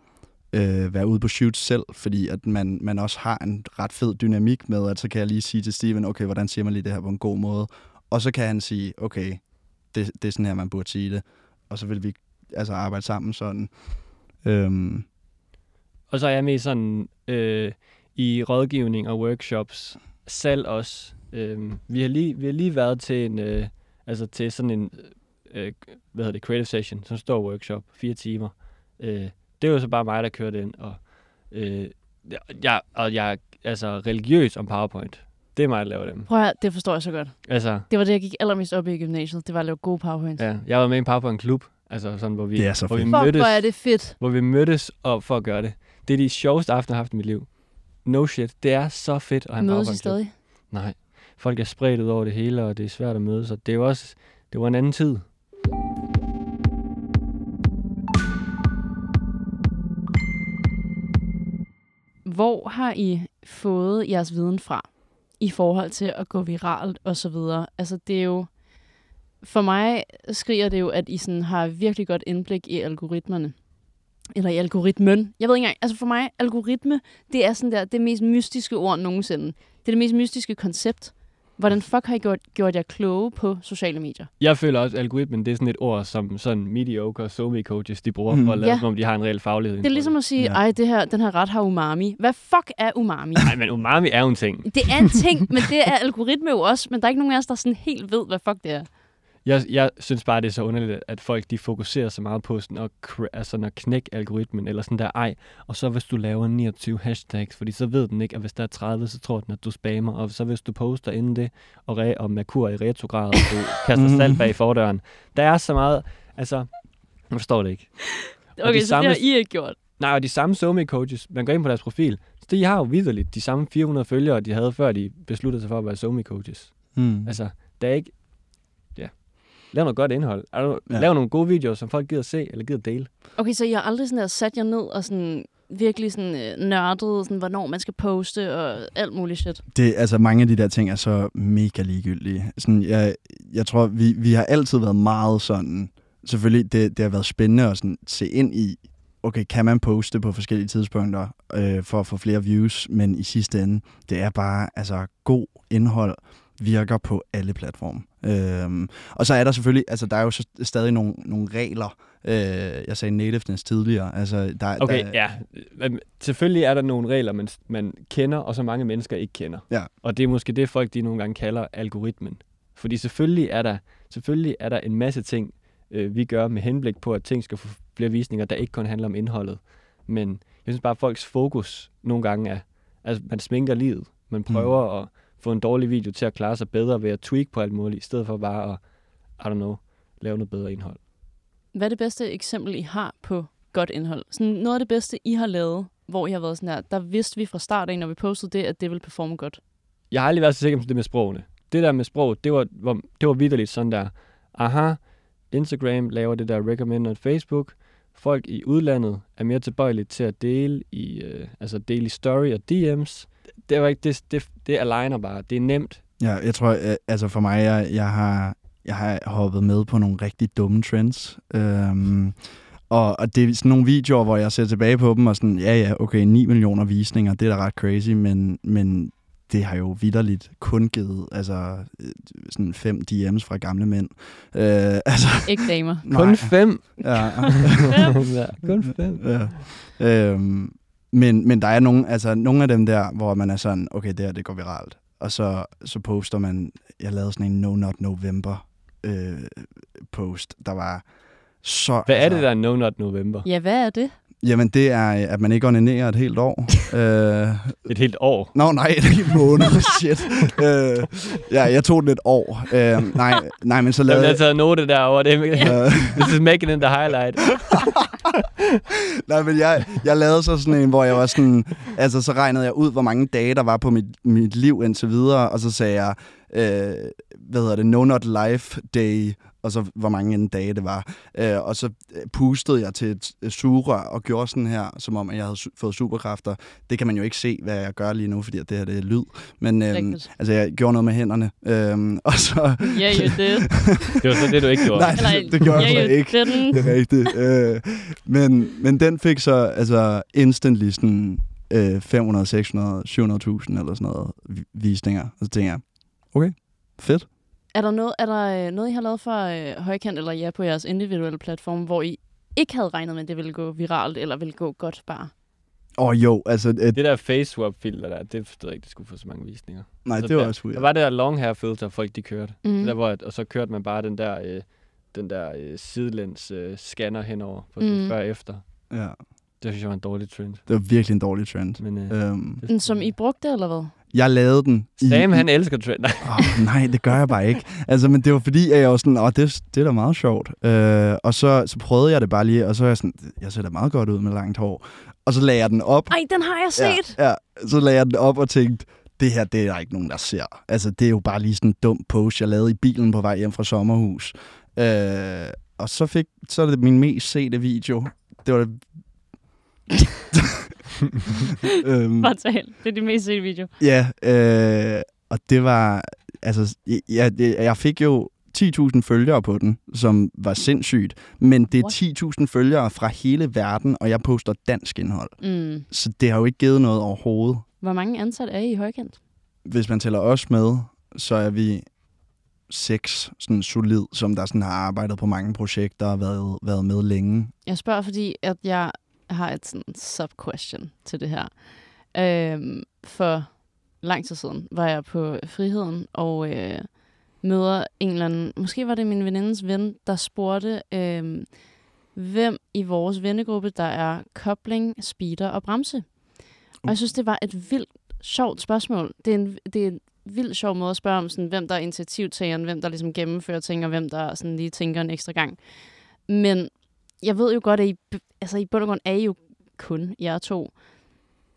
[SPEAKER 1] øh, være ude på shoot selv, fordi at man, man også har en ret fed dynamik med, at så kan jeg lige sige til Steven, okay, hvordan siger man lige det her på en god måde? Og så kan han sige, okay, det, det er sådan her, man burde sige det. Og så vil vi altså arbejde sammen sådan. Øhm,
[SPEAKER 2] Og så er jeg med sådan øh, i rådgivning og workshops. Selv også. Øh, vi, har lige, vi har lige været til en, øh, altså til sådan en, øh, hvad hedder det, creative session, sådan en stor workshop, fire timer. Øh, det er jo så bare mig, der kørte ind, og, øh, jeg, og jeg er altså religiøs om PowerPoint. Det er mig, der laver dem.
[SPEAKER 3] Prøv at høre, det forstår jeg så godt.
[SPEAKER 2] Altså,
[SPEAKER 3] Det var det, jeg gik allermest op i i gymnasiet. Det var at lave gode powerpoints.
[SPEAKER 2] Ja, jeg var med i en PowerPoint klub, altså sådan, hvor vi,
[SPEAKER 1] Det er så
[SPEAKER 2] hvor vi
[SPEAKER 1] fedt.
[SPEAKER 3] Fuck,
[SPEAKER 2] mødtes,
[SPEAKER 3] hvor er det fedt.
[SPEAKER 2] hvor vi mødtes og for at gøre det. Det er de sjoveste aftener, jeg har haft i mit liv. No shit, det er så fedt at have en
[SPEAKER 3] Mødes I
[SPEAKER 2] PowerPoint klub.
[SPEAKER 3] stadig?
[SPEAKER 2] Nej, folk er spredt ud over det hele, og det er svært at mødes, og det er jo også, det var en anden tid.
[SPEAKER 3] Hvor har I fået jeres viden fra i forhold til at gå viralt og så videre? Altså det er jo for mig skriger det jo, at I sådan har virkelig godt indblik i algoritmerne. Eller i algoritmen. Jeg ved ikke engang, altså for mig, algoritme, det er sådan der, det mest mystiske ord nogensinde. Det er det mest mystiske koncept. Hvordan fuck har I gjort, gjort jer kloge på sociale medier?
[SPEAKER 2] Jeg føler også, at algoritmen det er sådan et ord, som sådan mediocre og somi coaches de bruger mm. for at lade,
[SPEAKER 3] Ja.
[SPEAKER 2] ja. som om de har en reel faglighed.
[SPEAKER 3] Det er ligesom at sige,
[SPEAKER 1] Ja.
[SPEAKER 3] ej, det her, den her ret har umami. Hvad fuck er umami?
[SPEAKER 2] Nej, men umami er jo en ting.
[SPEAKER 3] Det er en ting, men det er algoritme jo også, men der er ikke nogen af os, der sådan helt ved, hvad fuck det er.
[SPEAKER 2] Jeg, jeg synes bare, det er så underligt, at folk de fokuserer så meget på sådan at, cra- altså, sådan at knække algoritmen, eller sådan der, ej, og så hvis du laver 29 hashtags, fordi så ved den ikke, at hvis der er 30, så tror den, at du spammer, og så hvis du poster inden det, og, re- og Merkur i retrograd, og du kaster salt bag fordøren. Der er så meget, altså, jeg forstår det ikke. Og
[SPEAKER 3] Okay,
[SPEAKER 2] de
[SPEAKER 3] så
[SPEAKER 2] samme-
[SPEAKER 3] det har I ikke gjort.
[SPEAKER 2] Nej, og de samme somi coaches man går ind på deres profil, så de har jo vidderligt de samme 400 følgere, de havde, før de besluttede sig for at være somi coaches
[SPEAKER 1] Mm.
[SPEAKER 2] Altså, der er ikke... Ja. Lav noget godt indhold. Er du,
[SPEAKER 1] Ja.
[SPEAKER 2] ja. Lav nogle gode videoer, som folk gider at se eller gider at dele.
[SPEAKER 3] Okay, så jeg har aldrig sådan der sat jer ned og sådan virkelig sådan øh, nørdet, sådan, hvornår man skal poste og alt muligt shit.
[SPEAKER 1] Det, altså, mange af de der ting er så mega ligegyldige. Sådan, jeg, jeg tror, vi, vi har altid været meget sådan... Selvfølgelig, det, det har været spændende at sådan, se ind i, okay, kan man poste på forskellige tidspunkter øh, for at få flere views, men i sidste ende, det er bare, altså, god indhold virker på alle platforme. Øhm, og så er der selvfølgelig, altså der er jo så stadig nogle, nogle regler. Øh, jeg sagde nativeness tidligere. Altså, der,
[SPEAKER 2] Okay,
[SPEAKER 1] der,
[SPEAKER 2] ja. Men selvfølgelig er der nogle regler, man, man kender, og så mange mennesker ikke kender.
[SPEAKER 1] Ja.
[SPEAKER 2] Og det er måske det, folk de nogle gange kalder algoritmen. Fordi selvfølgelig er der, selvfølgelig er der en masse ting, øh, vi gør med henblik på, at ting skal få flere visninger, der ikke kun handler om indholdet. Men jeg synes bare, at folks fokus nogle gange er, altså man sminker livet. Man prøver mm. at få en dårlig video til at klare sig bedre ved at tweak på alt muligt, i stedet for bare at, I don't know, lave noget bedre indhold.
[SPEAKER 3] Hvad er det bedste eksempel, I har på godt indhold? Sådan noget af det bedste, I har lavet, hvor I har været sådan der, der vidste vi fra start af, når vi postede det, at det ville performe godt.
[SPEAKER 2] jeg har aldrig været så sikker på det med sprogene. Det der med sprog, det var, var, det var vidderligt sådan der, aha, Instagram laver det der recommend on Facebook, folk i udlandet er mere tilbøjelige til at dele i, øh, altså dele i story og DM's. Det, var ikke, det, det, det aligner bare, det er nemt.
[SPEAKER 1] Ja, jeg tror, øh, altså for mig, jeg, jeg, har, jeg har hoppet med på nogle rigtig dumme trends. Øhm, og, og det er sådan nogle videoer, hvor jeg ser tilbage på dem og sådan, ja ja, okay, 9 millioner visninger, det er da ret crazy, men, men det har jo vidderligt kun givet altså, øh, sådan fem DM's fra gamle mænd. Øh, altså,
[SPEAKER 3] Ikke damer.
[SPEAKER 2] Kun fem.
[SPEAKER 1] ja.
[SPEAKER 2] ja, kun fem.
[SPEAKER 1] Ja. Øhm, men, men der er nogle, altså, nogle af dem der, hvor man er sådan, okay, det her, det går viralt. Og så, så poster man, jeg lavede sådan en No Not November øh, post, der var så... altså,
[SPEAKER 2] Hvad er det der er No Not November?
[SPEAKER 3] Ja, hvad er det?
[SPEAKER 1] Jamen, det er, at man ikke onanerer et helt år. øh,
[SPEAKER 2] Et helt år.
[SPEAKER 1] Nå nej, et helt måned, shit. øh, ja, jeg tog den et år. Øh, nej, nej, men så
[SPEAKER 2] altså, Jeg
[SPEAKER 1] lavede...
[SPEAKER 2] har taget note derovre. Det er,
[SPEAKER 1] Øh,
[SPEAKER 2] this is making it the highlight.
[SPEAKER 1] Nej, men jeg, jeg lavede så sådan en, hvor jeg var sådan... Altså, så regnede jeg ud, hvor mange dage, der var på mit, mit liv indtil videre, og så sagde jeg, øh, hvad hedder det, No Not Life Day, og så hvor mange en dage det var. Øh, og så øh, pustede jeg til et øh, sugerør og gjorde sådan her, som om at jeg havde su- fået superkræfter. Det kan man jo ikke se, hvad jeg gør lige nu, fordi at det her det er lyd. Men øhm,
[SPEAKER 3] Rigtigt.
[SPEAKER 1] altså, jeg gjorde noget med hænderne, øhm, og så...
[SPEAKER 3] Ja, yeah, you did.
[SPEAKER 2] Det var så det, du ikke gjorde.
[SPEAKER 1] Nej, det, det gjorde jeg
[SPEAKER 3] yeah,
[SPEAKER 1] så
[SPEAKER 3] you
[SPEAKER 1] ikke.
[SPEAKER 3] Didn't.
[SPEAKER 1] Det er rigtigt. Øh, men, men den fik så altså instantly sådan øh, 500, 600, 700.000 eller sådan noget vi- visninger. Og så tænker jeg, okay, fedt.
[SPEAKER 3] Er der noget, er der øh, noget I har lavet for øh, højkant eller ja på jeres individuelle platform, hvor I ikke havde regnet med, at det ville gå viralt eller ville gå godt bare?
[SPEAKER 1] Åh oh, jo, altså, øh,
[SPEAKER 2] Det der face swap filter der, det forstod jeg ikke, det skulle få så mange visninger.
[SPEAKER 1] nej,
[SPEAKER 2] Så
[SPEAKER 1] det var
[SPEAKER 2] der-
[SPEAKER 1] også
[SPEAKER 2] Der
[SPEAKER 1] weird.
[SPEAKER 2] var altså, det der long hair filter, folk de kørte. Mm. Der,
[SPEAKER 3] Mm.
[SPEAKER 2] hvor, at- og så kørte man bare den der, øh, den der øh, sidelæns øh, scanner henover, på
[SPEAKER 3] Mm.
[SPEAKER 2] mm. før og efter.
[SPEAKER 1] Ja,
[SPEAKER 2] Det synes jeg var en dårlig trend.
[SPEAKER 1] det var virkelig en dårlig trend.
[SPEAKER 2] Men, øh,
[SPEAKER 1] Øhm,
[SPEAKER 2] det-
[SPEAKER 3] Som I brugte, eller hvad?
[SPEAKER 1] jeg lavede den. i-
[SPEAKER 2] Sam, han elsker trend. Nej,
[SPEAKER 1] Oh, nej, det gør jeg bare ikke. Altså, men det var fordi, at jeg var sådan, åh, det, det er da meget sjovt. Øh, og så, så prøvede jeg det bare lige, og så er jeg sådan, jeg ser da meget godt ud med langt hår. Og så lagde jeg den op,
[SPEAKER 3] Ej, den har jeg set!
[SPEAKER 1] Ja, ja, så lagde jeg den op og tænkte, det her, det er der ikke nogen, der ser. Altså, det er jo bare lige sådan en dum post, jeg lavede i bilen på vej hjem fra sommerhus. Øh, og så fik, så er det min mest sete video. Det var det... øhm,
[SPEAKER 3] Bare tal. Det er det mest sete video.
[SPEAKER 1] ja, øh, og det var, altså, jeg, jeg, jeg fik jo 10.000 følgere på den, som var sindssygt. Men det
[SPEAKER 3] What?
[SPEAKER 1] er 10.000 følgere fra hele verden, og jeg poster dansk indhold.
[SPEAKER 3] Mm.
[SPEAKER 1] Så det har jo ikke givet noget overhovedet.
[SPEAKER 3] Hvor mange ansatte er I i højkant?
[SPEAKER 1] Hvis man tæller os med, så er vi seks sådan solid, som der sådan har arbejdet på mange projekter og været, været med længe.
[SPEAKER 3] Jeg spørger, fordi at jeg har et sådan sub-question til det her. Øhm, for lang tid siden var jeg på Friheden og øh, møder en eller anden, måske var det min venindes ven, der spurgte, øh, hvem i vores vennegruppe, der er kobling, speeder og bremse. Og
[SPEAKER 2] Uh.
[SPEAKER 3] jeg synes, det var et vildt sjovt spørgsmål. Det er en, det er en vildt sjov måde at spørge om, sådan, hvem der er initiativtageren, hvem der ligesom gennemfører ting, og hvem der sådan lige tænker en ekstra gang. Men jeg ved jo godt, at I, b- altså, i bund og grund er I jo kun jer to.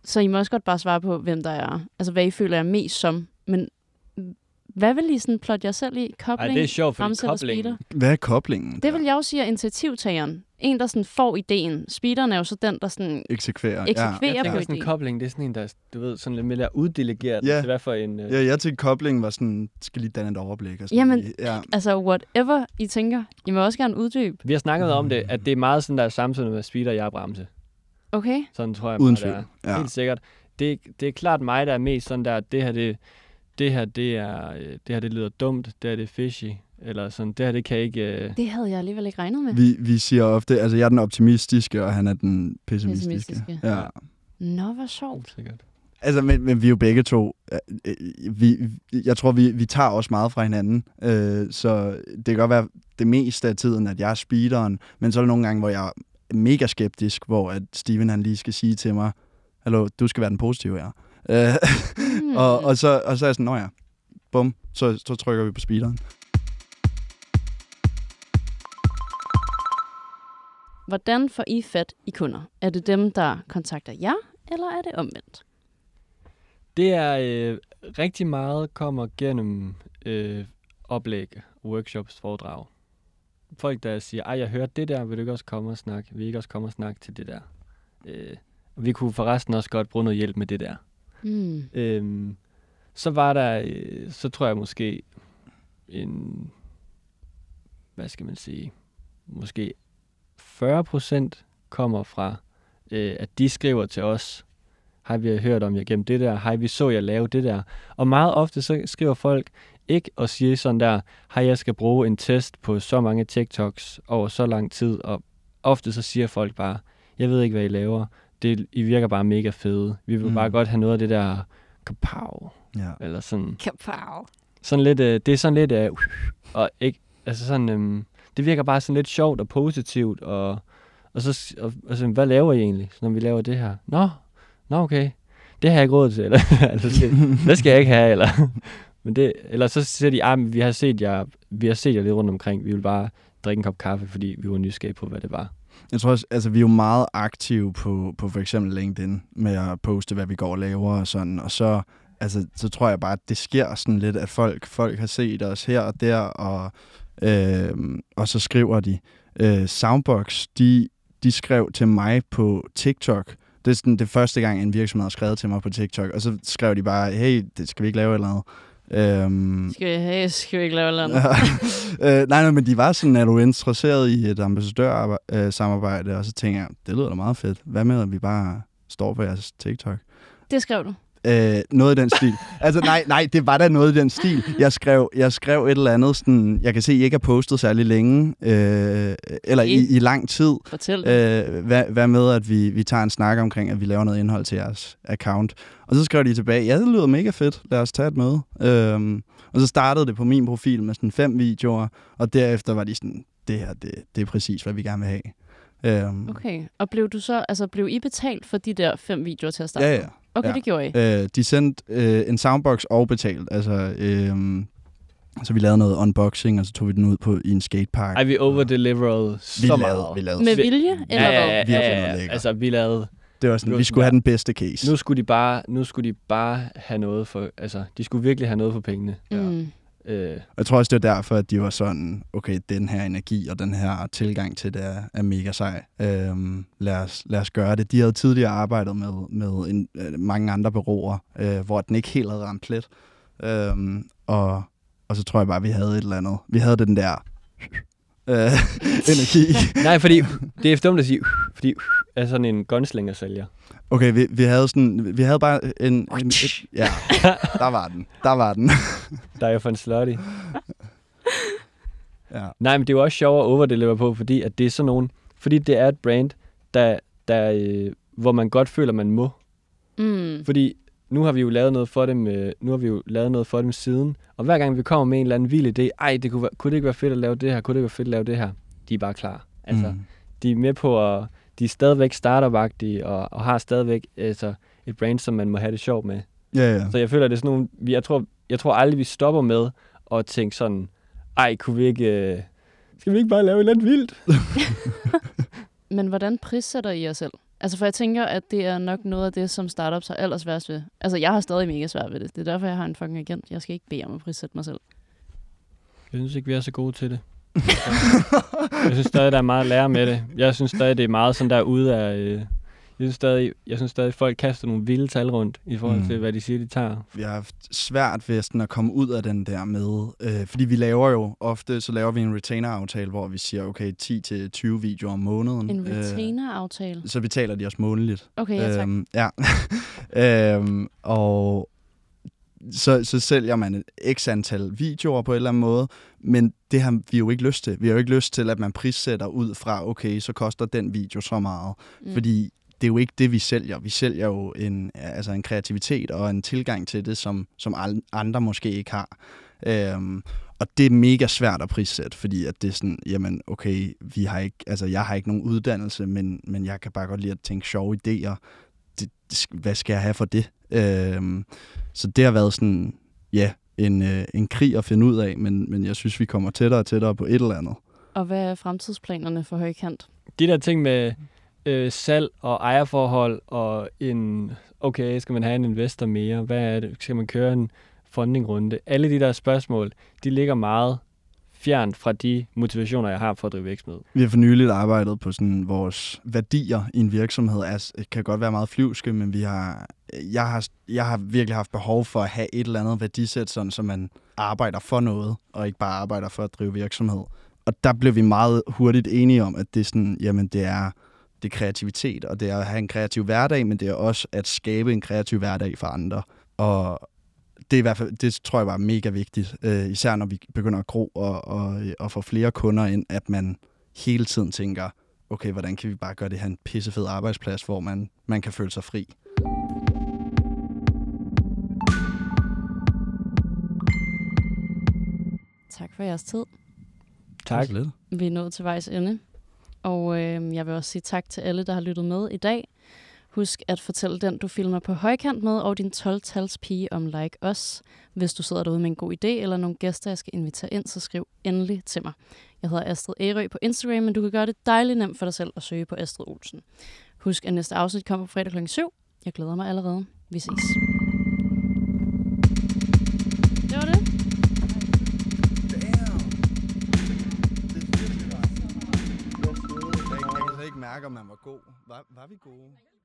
[SPEAKER 3] Så I må også godt bare svare på, hvem der er. Altså, hvad I føler er mest som. Men mm, hvad vil I sådan plotte jer selv i?
[SPEAKER 2] Ej,
[SPEAKER 3] Kobling?
[SPEAKER 2] det er sjovt, fordi
[SPEAKER 3] bremse eller
[SPEAKER 2] koblingen...
[SPEAKER 3] speeder?
[SPEAKER 1] Hvad er koblingen?
[SPEAKER 3] Det vil jeg også sige er initiativtageren. En, der sådan får ideen. Speederen er jo så den, der sådan
[SPEAKER 1] Eksekverer.
[SPEAKER 3] eksekverer
[SPEAKER 2] Jeg
[SPEAKER 3] ja, på
[SPEAKER 2] tænker sådan en
[SPEAKER 3] ideen.
[SPEAKER 2] kobling, det er sådan en, der du ved, sådan lidt mere uddelegeret
[SPEAKER 1] Ja.
[SPEAKER 2] til hvad for en... Øh,
[SPEAKER 1] Ja, jeg tænkte, koblingen var sådan, skal lige danne et overblik. Og sådan.
[SPEAKER 3] Jamen,
[SPEAKER 1] ja.
[SPEAKER 3] Altså, whatever I tænker. I må også gerne uddybe.
[SPEAKER 2] Vi har snakket om det, at det er meget sådan, der er samtidig med speeder, jeg er bremse.
[SPEAKER 3] Okay?
[SPEAKER 2] Sådan tror jeg,
[SPEAKER 1] Uden
[SPEAKER 2] bare, det
[SPEAKER 1] tvivl,
[SPEAKER 2] er.
[SPEAKER 1] ja.
[SPEAKER 2] Helt sikkert. Det, er- det er klart mig, der er mest sådan der, det her det, det her det er, øh, det her det lyder dumt, det her det er fishy, eller sådan, det her det kan ikke... Øh,
[SPEAKER 3] Det havde jeg alligevel ikke regnet med.
[SPEAKER 1] Vi, vi siger ofte, altså jeg er den optimistiske, og han er den pessimistiske.
[SPEAKER 3] Pessimistiske.
[SPEAKER 1] Ja.
[SPEAKER 3] Nå, hvor sjovt.
[SPEAKER 2] sikkert.
[SPEAKER 1] Altså, men, men vi er jo begge to. øh, øh, Vi, jeg tror, vi, vi tager også meget fra hinanden. Øh, så det kan godt være det meste af tiden, at jeg er speederen. Men så er der nogle gange, hvor jeg er mega skeptisk, hvor at Steven han lige skal sige til mig, Hallo, du skal være den positive her. Øh,
[SPEAKER 3] Hmm.
[SPEAKER 1] og, og, så, og så er jeg sådan, nå ja, bum, så, så trykker vi på speederen.
[SPEAKER 3] Hvordan får I fat i kunder? Er det dem, der kontakter jer, eller er det omvendt?
[SPEAKER 2] Det er øh, rigtig meget kommer gennem øh, oplæg, workshops, foredrag. Folk, der siger, ej, jeg hørte det der, vil du ikke også komme og snakke? Vil I ikke også komme og snakke til det der? Øh, vi kunne forresten også godt bruge noget hjælp med det der.
[SPEAKER 3] Hmm.
[SPEAKER 2] Øhm, så var der, øh, så tror jeg måske en, hvad skal man sige, måske 40 procent kommer fra, øh, at de skriver til os, har vi hørt om jer gennem det der, har vi så jer lave det der. Og meget ofte så skriver folk ikke og siger sådan der, har jeg skal bruge en test på så mange TikToks over så lang tid, og ofte så siger folk bare, jeg ved ikke, hvad I laver, det, I virker bare mega fede, vi vil
[SPEAKER 1] Mm.
[SPEAKER 2] mm. bare godt have noget af det der kapow,
[SPEAKER 1] Ja.
[SPEAKER 2] eller sådan.
[SPEAKER 3] Kapow.
[SPEAKER 2] Sådan lidt, øh, det er sådan lidt, øh, og ikke, altså sådan, øhm, det virker bare sådan lidt sjovt og positivt, og, og så, s- og, altså, hvad laver I egentlig, når vi laver det her? Nå, nå okay, det har jeg ikke råd til, eller, eller det, det skal jeg ikke have, eller, men det, eller så siger de, ah, men vi har set jer, vi har set jer lidt rundt omkring, vi vil bare drikke en kop kaffe, fordi vi var nysgerrige på, hvad det var.
[SPEAKER 1] Jeg tror også, altså vi er jo meget aktive på, på for eksempel LinkedIn med at poste, hvad vi går og laver og sådan, og så, altså, så tror jeg bare, at det sker sådan lidt, at folk, folk har set os her og der, og, øh, og så skriver de. Øh, Soundbox, de, de skrev til mig på TikTok, det er sådan det første gang, en virksomhed har skrevet til mig på TikTok, og så skrev de bare, hey, det skal vi ikke lave eller noget. Øhm,
[SPEAKER 3] Skal vi, hey, skal vi ikke lave noget?
[SPEAKER 1] Ja. øh, nej, nej, men de var sådan, er du interesseret i et ambassadørsamarbejde? Og så tænker jeg, det lyder da meget fedt. Hvad med, at vi bare står på jeres TikTok?
[SPEAKER 3] Det skrev du.
[SPEAKER 1] Øh, noget i den stil. altså nej, nej, det var da noget i den stil. Jeg skrev, jeg skrev et eller andet, sådan, jeg kan se, I ikke har postet særlig længe, øh, eller i, i lang tid.
[SPEAKER 3] Fortæl. Øh.
[SPEAKER 1] Øh, hvad, hvad med, at vi, vi tager en snak omkring, at vi laver noget indhold til jeres account? Og så skrev de tilbage, ja, det lyder mega fedt, lad os tage et møde. Øhm, og så startede det på min profil med sådan fem videoer, og derefter var de sådan, det her, det, det er præcis, hvad vi gerne vil have. Øhm,
[SPEAKER 3] Okay. Og blev du så, altså blev I betalt for de der fem videoer til at starte?
[SPEAKER 1] Ja,
[SPEAKER 3] med?
[SPEAKER 1] ja.
[SPEAKER 3] Okay,
[SPEAKER 1] ja.
[SPEAKER 3] det gjorde I.
[SPEAKER 1] Øh, de sendte øh, en soundbox og betalt, altså... Øhm, så vi lavede noget unboxing, og så tog vi den ud på i en skatepark.
[SPEAKER 2] Ej, vi overdeliverede
[SPEAKER 1] vi
[SPEAKER 2] så
[SPEAKER 1] lavede,
[SPEAKER 2] meget.
[SPEAKER 1] vi lavede.
[SPEAKER 3] Med
[SPEAKER 2] vi-
[SPEAKER 3] vilje, eller
[SPEAKER 2] ja,
[SPEAKER 3] hvad?
[SPEAKER 2] ja,
[SPEAKER 1] Virkelig
[SPEAKER 2] ja, ja,
[SPEAKER 1] noget
[SPEAKER 2] ja,
[SPEAKER 1] lækkert.
[SPEAKER 2] altså vi lavede
[SPEAKER 1] Det var sådan, vi skulle have den bedste case.
[SPEAKER 2] Nu skulle de bare, nu skulle de bare have noget for, altså, de skulle virkelig have noget for pengene.
[SPEAKER 3] Mm.
[SPEAKER 2] Øh,
[SPEAKER 1] Og jeg tror også, det var derfor, at de var sådan, okay, den her energi og den her tilgang til det er, er mega sej. Øhm, lad, os, lad os gøre det. De havde tidligere arbejdet med, med en, øh, mange andre bureauer, øh, hvor den ikke helt havde ramt plet. Øhm, og, og så tror jeg bare, vi havde et eller andet. Vi havde den der øh, energi.
[SPEAKER 2] Nej, fordi det er dumt at sige, fordi er sådan en gunslinger-sælger.
[SPEAKER 1] Okay, vi, vi havde sådan, vi havde bare en, en et, ja, der var den, der var den.
[SPEAKER 2] Der er jo for en slutty.
[SPEAKER 1] Ja.
[SPEAKER 2] Nej, men det er jo også sjovt at overdeliver på, fordi at det er sådan nogen, fordi det er et brand, der, der, øh, hvor man godt føler, man må.
[SPEAKER 3] Mm.
[SPEAKER 2] Fordi nu har vi jo lavet noget for dem, øh, nu har vi jo lavet noget for dem siden, og hver gang vi kommer med en eller anden vild idé, ej, det kunne, være- kunne det ikke være fedt at lave det her, kunne det ikke være fedt at lave det her, de er bare klar. Altså, mm.
[SPEAKER 1] Mm.
[SPEAKER 2] de er med på at, de er stadigvæk startupagtige, og, og har stadigvæk altså, et brand, som man må have det sjovt med.
[SPEAKER 1] Ja, ja.
[SPEAKER 2] Så jeg føler, det er sådan nogle, vi- jeg tror, jeg tror aldrig, vi stopper med at tænke sådan, ej, kunne vi ikke, øh, skal vi ikke bare lave et eller andet vildt?
[SPEAKER 3] Men hvordan prissætter I jer selv? Altså, for jeg tænker, at det er nok noget af det, som startups har ellers værst ved. Altså, jeg har stadig mega svært ved det. Det er derfor, jeg har en fucking agent. Jeg skal ikke bede om at prissætte mig selv.
[SPEAKER 2] Jeg synes ikke, vi er så gode til det. jeg synes stadig, der er meget at lære med det. Jeg synes stadig, det er meget sådan der ude af... Øh, jeg synes, stadig, jeg synes stadig, folk kaster nogle vilde tal rundt i forhold
[SPEAKER 1] Mm.
[SPEAKER 2] til, hvad de siger, de tager.
[SPEAKER 1] vi har haft svært ved sådan at komme ud af den der med, øh, fordi vi laver jo ofte, så laver vi en retainer-aftale, hvor vi siger, okay, 10-20 videoer om måneden.
[SPEAKER 3] En
[SPEAKER 1] Øh,
[SPEAKER 3] retainer-aftale.
[SPEAKER 1] så betaler de os månedligt.
[SPEAKER 3] Okay, ja tak.
[SPEAKER 1] Øhm, ja. øhm, og så, så sælger man et x antal videoer på en eller anden måde, men det har vi jo ikke lyst til. Vi har jo ikke lyst til, at man prissætter ud fra, okay, så koster den video så meget. Mm. Fordi det er jo ikke det, vi sælger. Vi sælger jo en, altså en kreativitet og en tilgang til det, som, som al- andre måske ikke har. Øhm, og det er mega svært at prissætte, fordi at det er sådan, jamen okay, vi har ikke, altså jeg har ikke nogen uddannelse, men, men jeg kan bare godt lide at tænke sjove idéer. Det, det sk- hvad skal jeg have for det? Øhm, så det har været sådan, ja, en, øh, en krig at finde ud af, men, men jeg synes, vi kommer tættere og tættere på et eller andet.
[SPEAKER 3] Og hvad er fremtidsplanerne for højkant?
[SPEAKER 2] De der ting med øh, salg og ejerforhold og en... Okay, skal man have en investor mere? Hvad er det? Skal man køre en fundingrunde? Alle de der spørgsmål, de ligger meget fjernt fra de motivationer, jeg har for at drive virksomhed.
[SPEAKER 1] Vi har for nyligt arbejdet på sådan, vores værdier i en virksomhed er, kan godt være meget flyvske, men vi har, jeg, har, jeg har virkelig haft behov for at have et eller andet værdisæt, sådan, så man arbejder for noget, og ikke bare arbejder for at drive virksomhed. Og der blev vi meget hurtigt enige om, at det er, sådan, jamen, det er, det er kreativitet, og det er at have en kreativ hverdag, men det er også at skabe en kreativ hverdag for andre. Og, det er i hvert fald, det tror jeg var mega vigtigt, øh, især når vi begynder at gro og, og, øh, og få flere kunder ind, at man hele tiden tænker, okay, hvordan kan vi bare gøre det her en pissefed arbejdsplads, hvor man, man kan føle sig fri.
[SPEAKER 3] Tak for jeres tid.
[SPEAKER 2] Tak.
[SPEAKER 1] Lidt.
[SPEAKER 3] Vi er nået til vejs ende. Og øh, jeg vil også sige tak til alle, der har lyttet med i dag. Husk at fortælle den, du filmer på højkant med, og din 12-tals pige om Like Us. Hvis du sidder derude med en god idé eller nogle gæster, jeg skal invitere ind, så skriv endelig til mig. Jeg hedder Astrid Ærø på Instagram, men du kan gøre det dejligt nemt for dig selv at søge på Astrid Olsen. Husk, at næste afsnit kommer på fredag kl. 7. Jeg glæder mig allerede. Vi ses. Det var det.
[SPEAKER 1] Jeg kan slet ikke mærke, om man var god. Var, var vi gode?